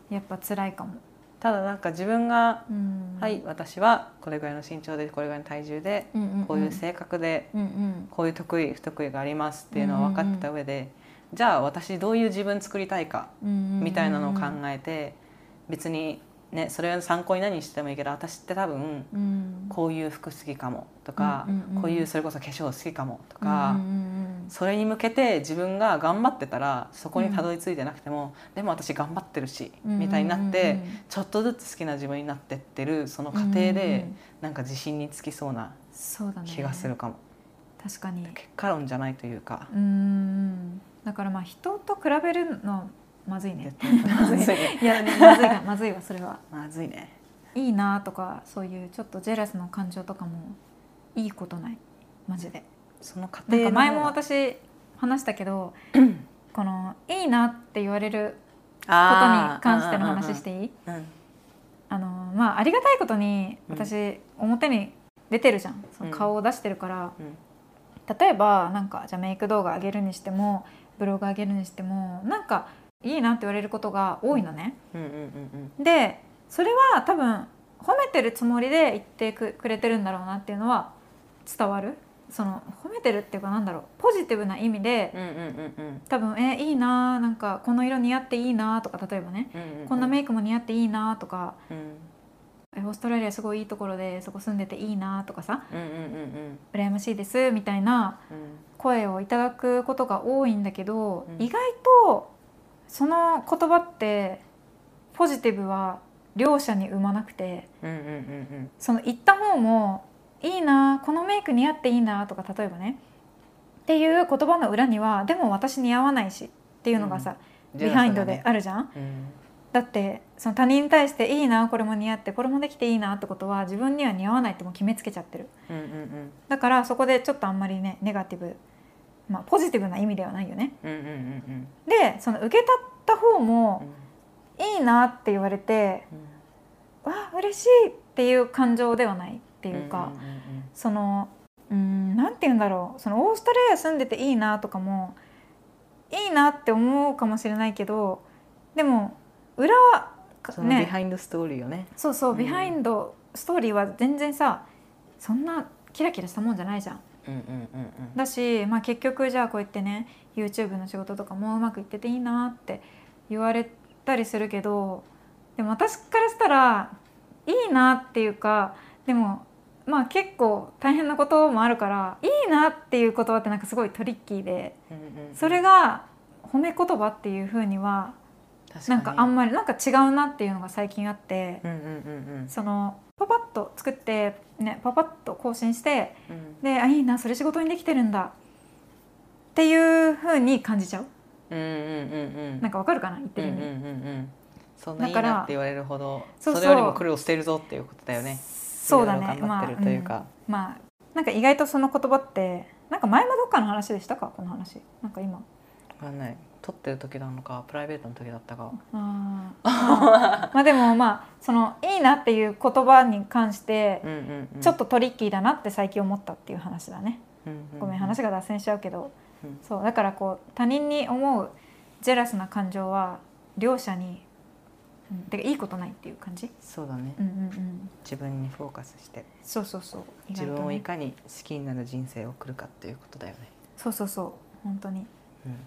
Speaker 1: やっぱ辛いかも、
Speaker 2: ただなんか自分が、
Speaker 1: うん、
Speaker 2: はい私はこれぐらいの身長でこれぐらいの体重で、
Speaker 1: うんうんうん、
Speaker 2: こういう性格で
Speaker 1: うんうん
Speaker 2: こういう得意不得意がありますっていうのを分かってた上で、じゃあ私どういう自分作りたいか
Speaker 1: うんうん
Speaker 2: みたいなのを考えて、別に、ね、それを参考に何にしてもいいけど私って多分
Speaker 1: うん
Speaker 2: こういう服好きかもとか、
Speaker 1: うんうんうん
Speaker 2: こういうそれこそ化粧好きかもと
Speaker 1: う
Speaker 2: か
Speaker 1: ん、うん
Speaker 2: それに向けて自分が頑張ってたらそこにたどり着いてなくても、でも私頑張ってるし、
Speaker 1: うんうんうん
Speaker 2: みたいになってちょっとずつ好きな自分になってってるその過程で、
Speaker 1: うんうんうん
Speaker 2: なんか自信につきそうな
Speaker 1: そうだね
Speaker 2: 気がするかも。
Speaker 1: 確かに
Speaker 2: 結果論じゃないというか。
Speaker 1: うーんだからまあ人と比べるのはまずいね
Speaker 2: まずいね
Speaker 1: いやまずいか まずいわそれは
Speaker 2: まずいね
Speaker 1: いいなとかそういうちょっとジェラスの感情とかもいいことないマジで
Speaker 2: その過程
Speaker 1: なんか
Speaker 2: の
Speaker 1: 前も私話したけ どこのいいなって言われることに
Speaker 2: あー
Speaker 1: 関しての話していい
Speaker 2: うんうんうん
Speaker 1: あのまあありがたいことに私表に出てるじゃんその顔を出してるから、
Speaker 2: うん
Speaker 1: 例えばなんかじゃあメイク動画上げるにしてもブログ上げるにしてもなんかいいなって言われることが多いのね。
Speaker 2: うんうんうん
Speaker 1: でそれは多分褒めてるつもりで言ってくくれてるんだろうなっていうのは伝わるその褒めてるっていうかなんだろうポジティブな意味で
Speaker 2: うんうんうんうん
Speaker 1: 多分「えいいな」なんか「この色似合っていいな」とか例えばね
Speaker 2: うんう
Speaker 1: 「
Speaker 2: ん
Speaker 1: こんなメイクも似合っていいな」とか
Speaker 2: うん
Speaker 1: 「えオーストラリアすごいいいところでそこ住んでていいな」とかさ
Speaker 2: うんうんうん
Speaker 1: 「羨ましいです」みたいな
Speaker 2: うん
Speaker 1: 声をいただくことが多いんだけど、
Speaker 2: うん
Speaker 1: 意外とその言葉ってポジティブは両者に生まなくて
Speaker 2: うんうんうん
Speaker 1: その言った方も「いいなこのメイク似合っていいな」とか例えばねっていう言葉の裏には「でも私似合わないし」っていうのがさ、
Speaker 2: うん
Speaker 1: ビハインドであるじゃん。
Speaker 2: うん
Speaker 1: だってその他人に対して「いいなこれも似合ってこれもできていいな」ってことは自分には似合わないってもう決めつけちゃってる。
Speaker 2: うんうん
Speaker 1: だからそこでちょっとあんまりねネガティブ、まあ、ポジティブな意味ではないよね。
Speaker 2: うんうんうんうん
Speaker 1: でその受け取った方
Speaker 2: うん
Speaker 1: も「いいな」って言われて「
Speaker 2: うん
Speaker 1: わあ嬉しい」っていう感情ではないっていうか、
Speaker 2: うんうんうん
Speaker 1: そのうんなんて言うんだろうそのオーストラリア住んでていいなとかもいいなって思うかもしれないけどでも裏は
Speaker 2: そのビ
Speaker 1: ね
Speaker 2: ハインドストーリーよね
Speaker 1: そうそう、
Speaker 2: うん
Speaker 1: ビハインドストーリーは全然さそんなキラキラしたもんじゃないじゃん。
Speaker 2: うんうんうんうん
Speaker 1: だし、まあ、結局じゃあこうやってね YouTube の仕事とかもうまくいってていいなって言われたりするけどでも私からしたらいいなっていうかでもまあ結構大変なこともあるからいいなっていう言葉ってなんかすごいトリッキーで
Speaker 2: うんうん
Speaker 1: それが褒め言葉っていうふうには
Speaker 2: 確
Speaker 1: なんかあん
Speaker 2: ま
Speaker 1: まりなんか違うなっていうのが最近あって、
Speaker 2: うんうんうん
Speaker 1: そのパパッと作って、ね、パパッと更新して
Speaker 2: うんうん
Speaker 1: であいいなそれ仕事にできてるんだっていうふうに感じちゃう
Speaker 2: うんうんうんうん
Speaker 1: なんかわかるかな言っ
Speaker 2: う
Speaker 1: て
Speaker 2: んう
Speaker 1: る意
Speaker 2: ん
Speaker 1: 味、
Speaker 2: うんうんそんないい
Speaker 1: だから
Speaker 2: なって言われるほど
Speaker 1: そ
Speaker 2: そう
Speaker 1: そう
Speaker 2: れよりも苦労してるぞっていうことだよね
Speaker 1: そうだね
Speaker 2: いろいろ頑張ってるというか、
Speaker 1: まあうんまあなんか意外とその言葉ってなんか前もどっかの話でしたかこの話なんか今
Speaker 2: わかんない撮ってる時なのかプライベートの時だったか
Speaker 1: あーまあまあでもまあそのいいなっていう言葉に関して
Speaker 2: うんうんうん
Speaker 1: ちょっとトリッキーだなって最近思ったっていう話だね、
Speaker 2: うんうんうん
Speaker 1: ごめん話が脱線しちゃうけど、
Speaker 2: うん
Speaker 1: そうだからこう他人に思うジェラスな感情は両者に、うん、てかいいことないっていう感じ
Speaker 2: そうだね
Speaker 1: うんうんうん
Speaker 2: 自分にフォーカスして
Speaker 1: そうそうそう意
Speaker 2: 自
Speaker 1: 外とね
Speaker 2: 分をいかに好きになる人生を送るかっていうことだよね、
Speaker 1: そうそうそう本当に
Speaker 2: うん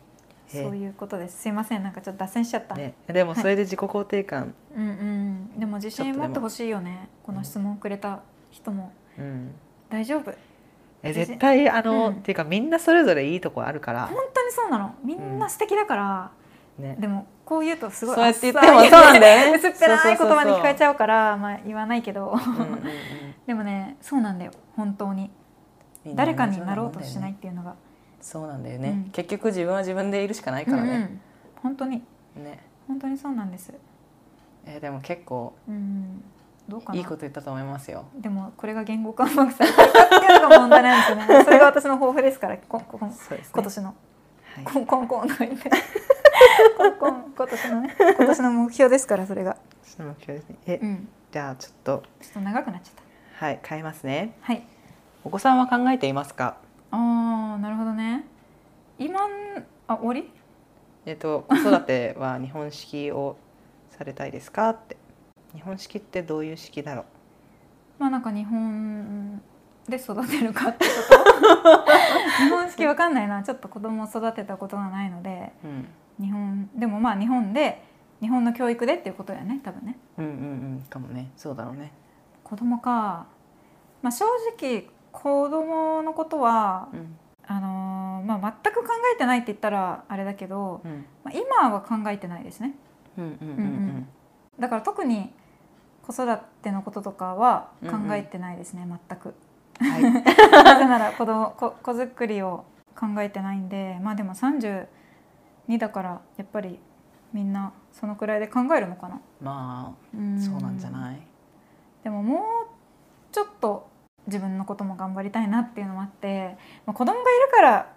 Speaker 1: そ
Speaker 2: へえ
Speaker 1: ういうことですすいませんなんかちょっと脱線しちゃった、
Speaker 2: ね、でもそれで自己肯定感、
Speaker 1: うんうんでも自
Speaker 2: ちょっ
Speaker 1: 信
Speaker 2: とで
Speaker 1: 持
Speaker 2: も
Speaker 1: ってほしいよねこの質問くれた人も
Speaker 2: うん
Speaker 1: 大丈夫
Speaker 2: え
Speaker 1: 私
Speaker 2: 絶対あの、
Speaker 1: うん
Speaker 2: っていうかみんなそれぞれいいとこあるから
Speaker 1: 本当にそうなのみんな素敵だから、
Speaker 2: ね
Speaker 1: でもこう言うとすごい
Speaker 2: そうやって言ってもそうなんだよ ね
Speaker 1: 薄っぺらい言葉に聞こえち
Speaker 2: ゃ
Speaker 1: ゃうからまあ言わないけど
Speaker 2: うんうんうん
Speaker 1: でもねそうなんだよ本当に
Speaker 2: みん な
Speaker 1: 誰かになろうとしないっていうのが、
Speaker 2: そうなんだよね、
Speaker 1: うん
Speaker 2: 結局自分は自分でいるしかない
Speaker 1: うん
Speaker 2: から
Speaker 1: う
Speaker 2: ね,、
Speaker 1: ん本当に
Speaker 2: ね
Speaker 1: 本当にそうなんです
Speaker 2: えーでも結構
Speaker 1: うんどうかない
Speaker 2: いこと言ったと思いますよ
Speaker 1: でもこれが言語化うまくされてるかっていうのが問題なん ですよねそれが私の抱負ですからこここ
Speaker 2: そうですね
Speaker 1: 今年の
Speaker 2: はい
Speaker 1: コンコンコンとか 言ってコンコン今年のね今年の目標ですからそれが
Speaker 2: その目標ですねえ、
Speaker 1: うん
Speaker 2: じゃあちょっと
Speaker 1: ちょっと長くなっちゃった
Speaker 2: はい変えますね
Speaker 1: はい
Speaker 2: お子さんは考えていますか
Speaker 1: ああなるほどね今んあ終わり
Speaker 2: えっと子育ては日本式をされたいですかって日本式ってどういう式だろう
Speaker 1: まあなんか日本で育てるかってこと日本式わかんないなちょっと子供を育てたことがないので
Speaker 2: うん、
Speaker 1: 日本でもまあ日本で日本の教育でっていうことやね多分ね
Speaker 2: うんうんうんかもねそうだろうね
Speaker 1: 子供かまあ正直子供のことは
Speaker 2: うん
Speaker 1: あのーまあ全く考えてないって言ったらあれだけど、
Speaker 2: うん
Speaker 1: まあ、今は考えてないですね
Speaker 2: うんうんうん
Speaker 1: うんだから特に子育てのこととかは考えてないですね、全く
Speaker 2: うんはい
Speaker 1: なぜなら子供子子作りを考えてないんでまあでも32だからやっぱりみんなそのくらいで考えるのかな
Speaker 2: ま
Speaker 1: うん
Speaker 2: あそうなんじゃない
Speaker 1: でももうちょっと自分のことも頑張りたいなっていうのもあって、まあ、子供がいるから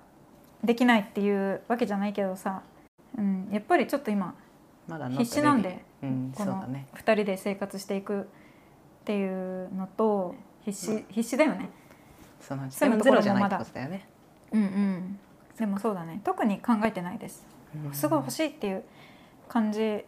Speaker 1: できないっていうわけじゃないけどさ、うん、やっぱりちょっと今
Speaker 2: まだ
Speaker 1: 必死なんで、
Speaker 2: うん、
Speaker 1: こ
Speaker 2: そうだ
Speaker 1: の
Speaker 2: ね
Speaker 1: 2人で生活していくっていうのと必死必死だよね。
Speaker 2: その
Speaker 1: そう
Speaker 2: で
Speaker 1: いう
Speaker 2: も
Speaker 1: と
Speaker 2: ゼ
Speaker 1: ころも
Speaker 2: ロじゃない
Speaker 1: ま
Speaker 2: って
Speaker 1: だ
Speaker 2: ことだよね、
Speaker 1: うんうん、でもそうだね特に考えてないです。
Speaker 2: うん
Speaker 1: すごい欲しいっていう感じ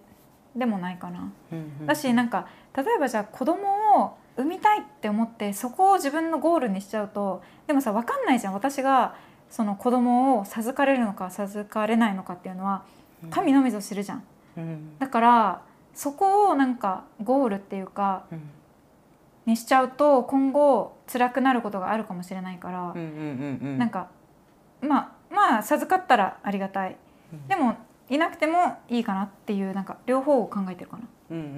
Speaker 1: でもないかな。
Speaker 2: うんうん
Speaker 1: だしなんか例えばじゃあ子供を産みたいって思ってそこを自分のゴールにしちゃうとでもさ分かんないじゃん私がその子供を授かれるのか授かれないのかっていうのは神のみぞ知るじゃん。
Speaker 2: うん
Speaker 1: だからそこをなんかゴールっていうか
Speaker 2: うん
Speaker 1: にしちゃうと今後辛くなることがあるかもしれないから
Speaker 2: うんう、んうんうん
Speaker 1: なんかまあまあ授かったらありがたい
Speaker 2: うん
Speaker 1: でもいなくてもいいかなっていうなんか両方を考えてるかな
Speaker 2: うんうん
Speaker 1: うん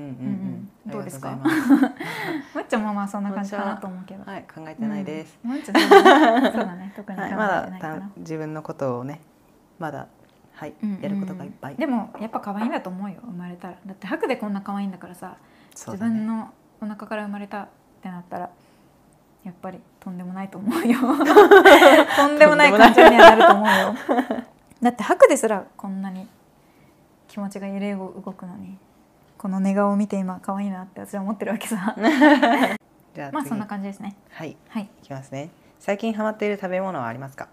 Speaker 1: うんどうですか
Speaker 2: ありがとうございます
Speaker 1: むっちゃんもまあそんな感じかなと思うけど
Speaker 2: はい考えてないです、
Speaker 1: うん。もうちょっとそうだねそうだね。特に考
Speaker 2: は
Speaker 1: え
Speaker 2: い、
Speaker 1: て
Speaker 2: ま
Speaker 1: ない
Speaker 2: だ
Speaker 1: かな。
Speaker 2: た自分のことをねまだはい、
Speaker 1: うんうん
Speaker 2: やることがいっぱい
Speaker 1: でもやっぱ可愛いんだと思うよ生まれたらだって白でこんな可愛いんだからさ、
Speaker 2: そう
Speaker 1: 自
Speaker 2: だね
Speaker 1: 分のお腹から生まれたってなったらやっぱりとんでもないと思うよ とんでもない感情にはなると思うよだって白ですらこんなに気持ちが揺れ動くのにこの寝顔を見て今可愛いなって私は思ってるわけさ
Speaker 2: じゃあ次、
Speaker 1: まあそんな感じですね
Speaker 2: はいい
Speaker 1: はい
Speaker 2: きますね最近ハマっている食べ物はありますか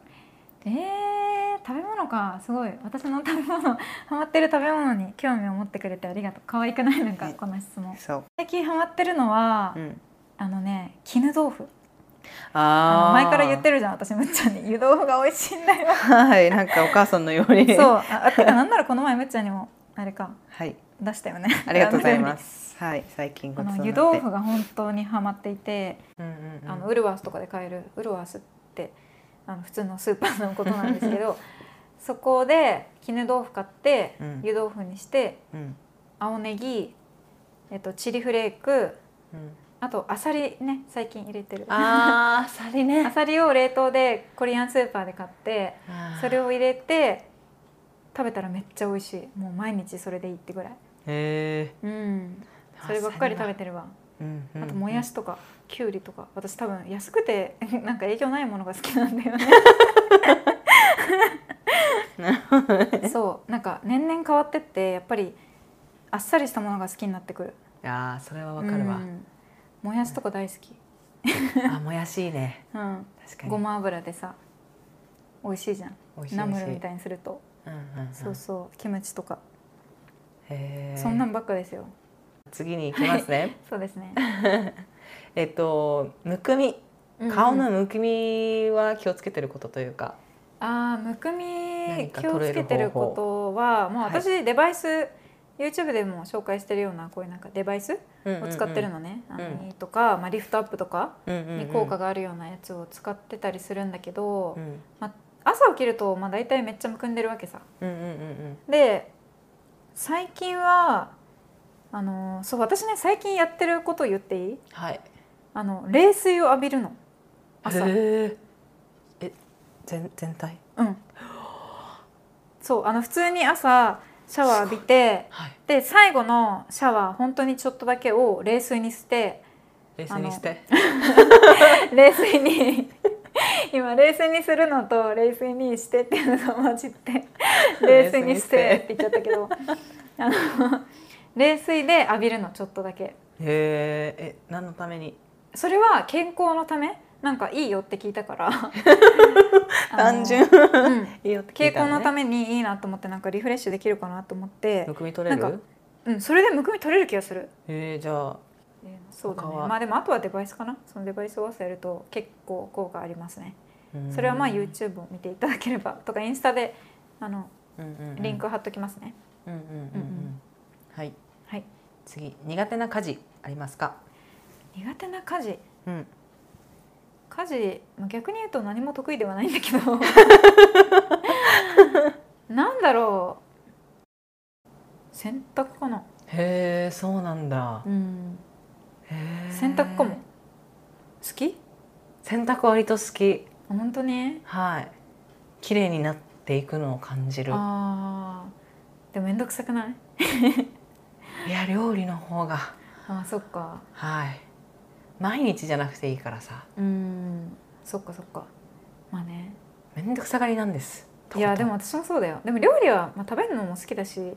Speaker 1: えー、食べ物かすごい私の食べ物 ハマってる食べ物に興味を持ってくれてありがとう可愛くないなんか
Speaker 2: ね
Speaker 1: この質問
Speaker 2: そう、
Speaker 1: 最近ハマってるのは、
Speaker 2: うん、
Speaker 1: あのね絹豆腐あ
Speaker 2: あ
Speaker 1: の前から言って
Speaker 2: る
Speaker 1: るじゃん私むっちゃんに湯豆腐が美味しいんだよ
Speaker 2: はいなんかお母さんのよう に
Speaker 1: そう
Speaker 2: う
Speaker 1: ああてかなんならこの前むっちゃんにもあれか
Speaker 2: はい
Speaker 1: 出したよね
Speaker 2: ありがとうございます。はい、最近
Speaker 1: あ
Speaker 2: ごちそ
Speaker 1: の
Speaker 2: うになって
Speaker 1: 湯豆腐が本当にはまっていて、
Speaker 2: うんうんうん
Speaker 1: あのウルワースとかで買えるウルワースってあの普通のスーパーのことなんですけ どそこで絹豆腐買って
Speaker 2: うん
Speaker 1: 湯豆腐にして
Speaker 2: うん
Speaker 1: 青ネギ、えっと、チリフレーク
Speaker 2: うん
Speaker 1: あとあさりね最近入れてる
Speaker 2: あー、あさり
Speaker 1: あ
Speaker 2: ね。
Speaker 1: さりを冷凍でコリアンスーパーで買ってそれ
Speaker 2: を。
Speaker 1: を入れて食べたらめっちゃ美味しいもう毎日それでいいってぐらい
Speaker 2: へ
Speaker 1: うん
Speaker 2: え。
Speaker 1: そればっかり食べてるわ
Speaker 2: うんうんうん。
Speaker 1: あともやしとかきゅうりとか私多分安くて なんか影響ないものが好きなんだよ
Speaker 2: な
Speaker 1: ね そうなんか年々変わってってやっぱりあっさりしたものが好きになってくる
Speaker 2: ああ、それはわかるわ
Speaker 1: う。んもやしとか大好き
Speaker 2: あ、もやしいいね。
Speaker 1: うん
Speaker 2: 確かに。
Speaker 1: ごま油でさ美味しいじゃん
Speaker 2: 美味しい。
Speaker 1: ナムル
Speaker 2: 美味し
Speaker 1: みたいにすると
Speaker 2: うんうんうん。
Speaker 1: そうそうキムチとか
Speaker 2: へえ。
Speaker 1: そんなんばっかですよ
Speaker 2: 次に行きますね。
Speaker 1: そうですね
Speaker 2: えっと、むくみ。顔のむくみは気をつけてることというか。
Speaker 1: あーむく
Speaker 2: 何
Speaker 1: み
Speaker 2: か
Speaker 1: 気を
Speaker 2: 取れ
Speaker 1: つ
Speaker 2: る
Speaker 1: けてることはもう
Speaker 2: はい
Speaker 1: 私デバイス、YouTube でも紹介してるようなこういうなんかデバイスを使ってるのね、
Speaker 2: んうん
Speaker 1: あのとか、まあ、リフトアップとかに
Speaker 2: に
Speaker 1: 効果
Speaker 2: が。
Speaker 1: があるようなやつを使ってたりするんだけど、
Speaker 2: うん
Speaker 1: 朝起きると、まあ、大体めっちゃむくんでるわけさ。
Speaker 2: うんうんうん
Speaker 1: で最近はあのそう私ね最近やってることを言っていい
Speaker 2: はい。
Speaker 1: あの冷水を浴びるの朝。
Speaker 2: へえ。え、全全体。
Speaker 1: うん、そうあの普通に朝シャワー浴びて
Speaker 2: はい。
Speaker 1: で最後のシャワー本当にちょっとだけを冷水にして
Speaker 2: 冷静にして。
Speaker 1: 冷水に今冷水にするのと冷水にしてっていうのが混じって冷水にしてって言っちゃったけどあの冷水で浴びるのちょっとだけ
Speaker 2: へえ、え、何のために。
Speaker 1: それは健康のためなんかいいよって聞いたから あの
Speaker 2: 単純。
Speaker 1: うん
Speaker 2: いいよって聞
Speaker 1: 傾
Speaker 2: いた
Speaker 1: 向
Speaker 2: の
Speaker 1: の
Speaker 2: ね
Speaker 1: ためにいいなと思ってなんかリフレッシュできるかなと思って
Speaker 2: む、くみ取れ
Speaker 1: なん
Speaker 2: る
Speaker 1: か。うん、それでむくみ取れる気がする、
Speaker 2: えー、じゃあ
Speaker 1: そうだね
Speaker 2: 他は
Speaker 1: まあでもあとはデバイスかなそのデバイスを合わせると結構効果ありますねそれはまあ YouTube を見ていただければとかインスタであのリンク
Speaker 2: は
Speaker 1: 貼っときますね、
Speaker 2: うんうんうんう
Speaker 1: うん
Speaker 2: んはい
Speaker 1: はい
Speaker 2: 次苦手な家事ありますか
Speaker 1: 苦手な家事
Speaker 2: うん
Speaker 1: 家事まあ逆に言うと何も得意ではないん だけどなんだろう洗濯かな、
Speaker 2: へえそうなんだ
Speaker 1: うん、
Speaker 2: へー
Speaker 1: 洗濯かも好き
Speaker 2: 洗濯割と好き
Speaker 1: あ本当に
Speaker 2: はい綺麗になっていくのを感じる
Speaker 1: あーでも面倒くさくない
Speaker 2: いや料理の方が
Speaker 1: あーそっか
Speaker 2: はい毎日じゃなくていいからさ
Speaker 1: うんそっかそっかまあね
Speaker 2: めんどくさがりなんですとこと
Speaker 1: い
Speaker 2: ん
Speaker 1: やでも私もそうだよでも料理は、まあ、食べるのも好きだし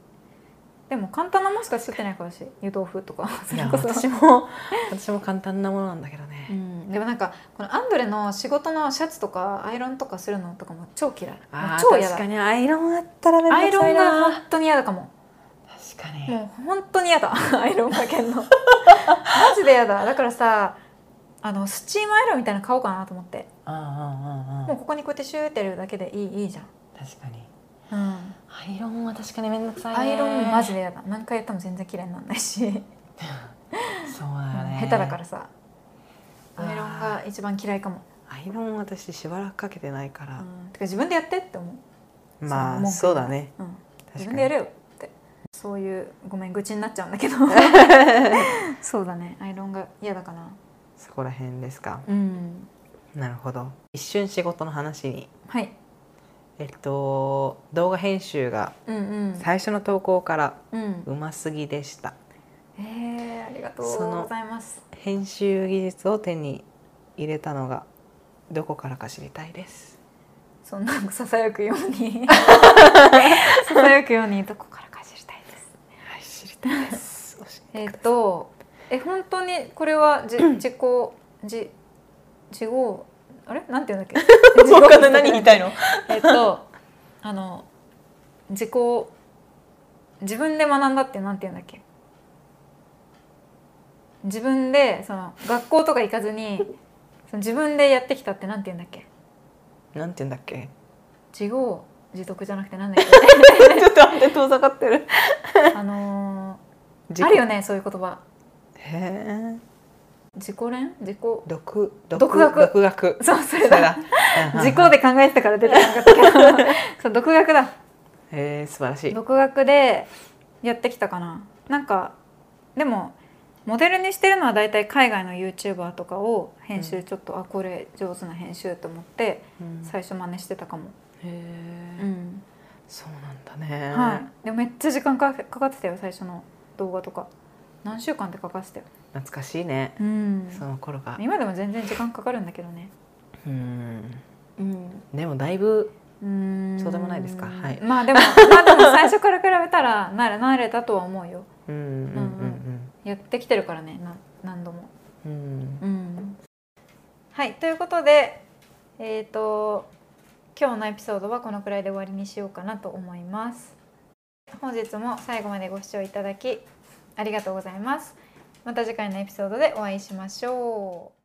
Speaker 1: でも簡単なものしか作ってないからし湯豆腐とかそ
Speaker 2: い
Speaker 1: れ
Speaker 2: や
Speaker 1: こそ
Speaker 2: 私も 私も簡単なものなんだけどね、
Speaker 1: うん、でもなんかこのアンドレの仕事のシャツとかアイロンとかするのとかも超嫌いも
Speaker 2: あ
Speaker 1: う
Speaker 2: ー
Speaker 1: 超嫌
Speaker 2: 確
Speaker 1: だ
Speaker 2: かにアイロンあったらめ
Speaker 1: アイ
Speaker 2: んどく
Speaker 1: ロン
Speaker 2: さい
Speaker 1: が
Speaker 2: な
Speaker 1: 本当に嫌だかも
Speaker 2: 確かに
Speaker 1: もう本当に嫌だアイロンかけんのマジで嫌だだからさあのスチームアイロンみたいなの買おうかなと思って
Speaker 2: うんうんうんう
Speaker 1: もうんここにこうやってシューってやるだけでいいいいじ
Speaker 2: 確かに
Speaker 1: ゃん、うん、
Speaker 2: アイロンは確かに面倒くさい
Speaker 1: ア
Speaker 2: ね
Speaker 1: イロンもマジで嫌だ何回やっても全然綺麗にならないし、
Speaker 2: そうだよね
Speaker 1: 下手だからさ
Speaker 2: あ
Speaker 1: ア
Speaker 2: ー
Speaker 1: イロンが一番嫌いかも、
Speaker 2: アイロン私しばらくかけてないか
Speaker 1: う
Speaker 2: ら、
Speaker 1: ん、てか自分でやってって思
Speaker 2: まあ
Speaker 1: そ
Speaker 2: そうう
Speaker 1: だ
Speaker 2: だ
Speaker 1: ね
Speaker 2: ね
Speaker 1: う、うん、自
Speaker 2: 確
Speaker 1: 分
Speaker 2: か
Speaker 1: でや
Speaker 2: に
Speaker 1: れよってそういうごめん愚痴になっちゃうんだ けどそうだねアイロンが嫌だかな
Speaker 2: そこら辺ですか
Speaker 1: うん
Speaker 2: なるほど一瞬仕事の話に
Speaker 1: はい
Speaker 2: えっと動画編集が
Speaker 1: うんうん
Speaker 2: 最初の投稿から
Speaker 1: うん
Speaker 2: うますぎでした
Speaker 1: えー、ありがとう
Speaker 2: その
Speaker 1: ございます
Speaker 2: 編集技術を手に入れたのがどこからか知りたいです
Speaker 1: そんなんかささやくよう にささやくようにどこからかじりたいです
Speaker 2: はい知りたいです教
Speaker 1: え
Speaker 2: え
Speaker 1: って
Speaker 2: ください
Speaker 1: とえ本当にこれは じ自己じ自業あれなんて言うん だっけ
Speaker 2: わかんない何言いたいの
Speaker 1: えっとあの自己自分で学んだってなんて言うんだっけ自分でその学校とか行かずにその自分でやってきたってなんて言うんだっけ
Speaker 2: なんて言うんだっけ
Speaker 1: 自業自得じゃなくてなんだっけ
Speaker 2: ちょっと待って遠ざかってる
Speaker 1: あの
Speaker 2: 自己
Speaker 1: あるよねそういう言葉
Speaker 2: へえ
Speaker 1: 自己連自己そ
Speaker 2: 独
Speaker 1: 独学
Speaker 2: 独学
Speaker 1: うそれ
Speaker 2: それ
Speaker 1: だ
Speaker 2: だ
Speaker 1: 自己で考えてたから出てこなかったけどそう独学だ
Speaker 2: へえ素晴らしい
Speaker 1: 独学でやってきたかななんかでもモデルにしてるのは大体海外の YouTuber とかを編
Speaker 2: う
Speaker 1: 集ちょっと、あこれ上手な編集と思って
Speaker 2: うんへ
Speaker 1: 最初真似してたかも、
Speaker 2: えそうなんだね
Speaker 1: はい、でもめっちゃ時間かかかってたよ最初の動画とか何週間ってかかってたよ、
Speaker 2: 懐かしいね
Speaker 1: うん
Speaker 2: その頃が
Speaker 1: 今でも全然時間かかるんだけどね
Speaker 2: うん
Speaker 1: うん
Speaker 2: でもだいぶ
Speaker 1: うん
Speaker 2: そうでもないですかはい
Speaker 1: ま あでもまあでも最初から比べたら慣れ慣れたとは思うよ
Speaker 2: うんうん
Speaker 1: やってきてるからねな何度も
Speaker 2: うんうんうん
Speaker 1: うんはいということでえっ、と今日のエピソードはこのくらいで終わりにしようかなと思います本日も最後までご視聴いただきありがとうございますまた次回のエピソードでお会いしましょう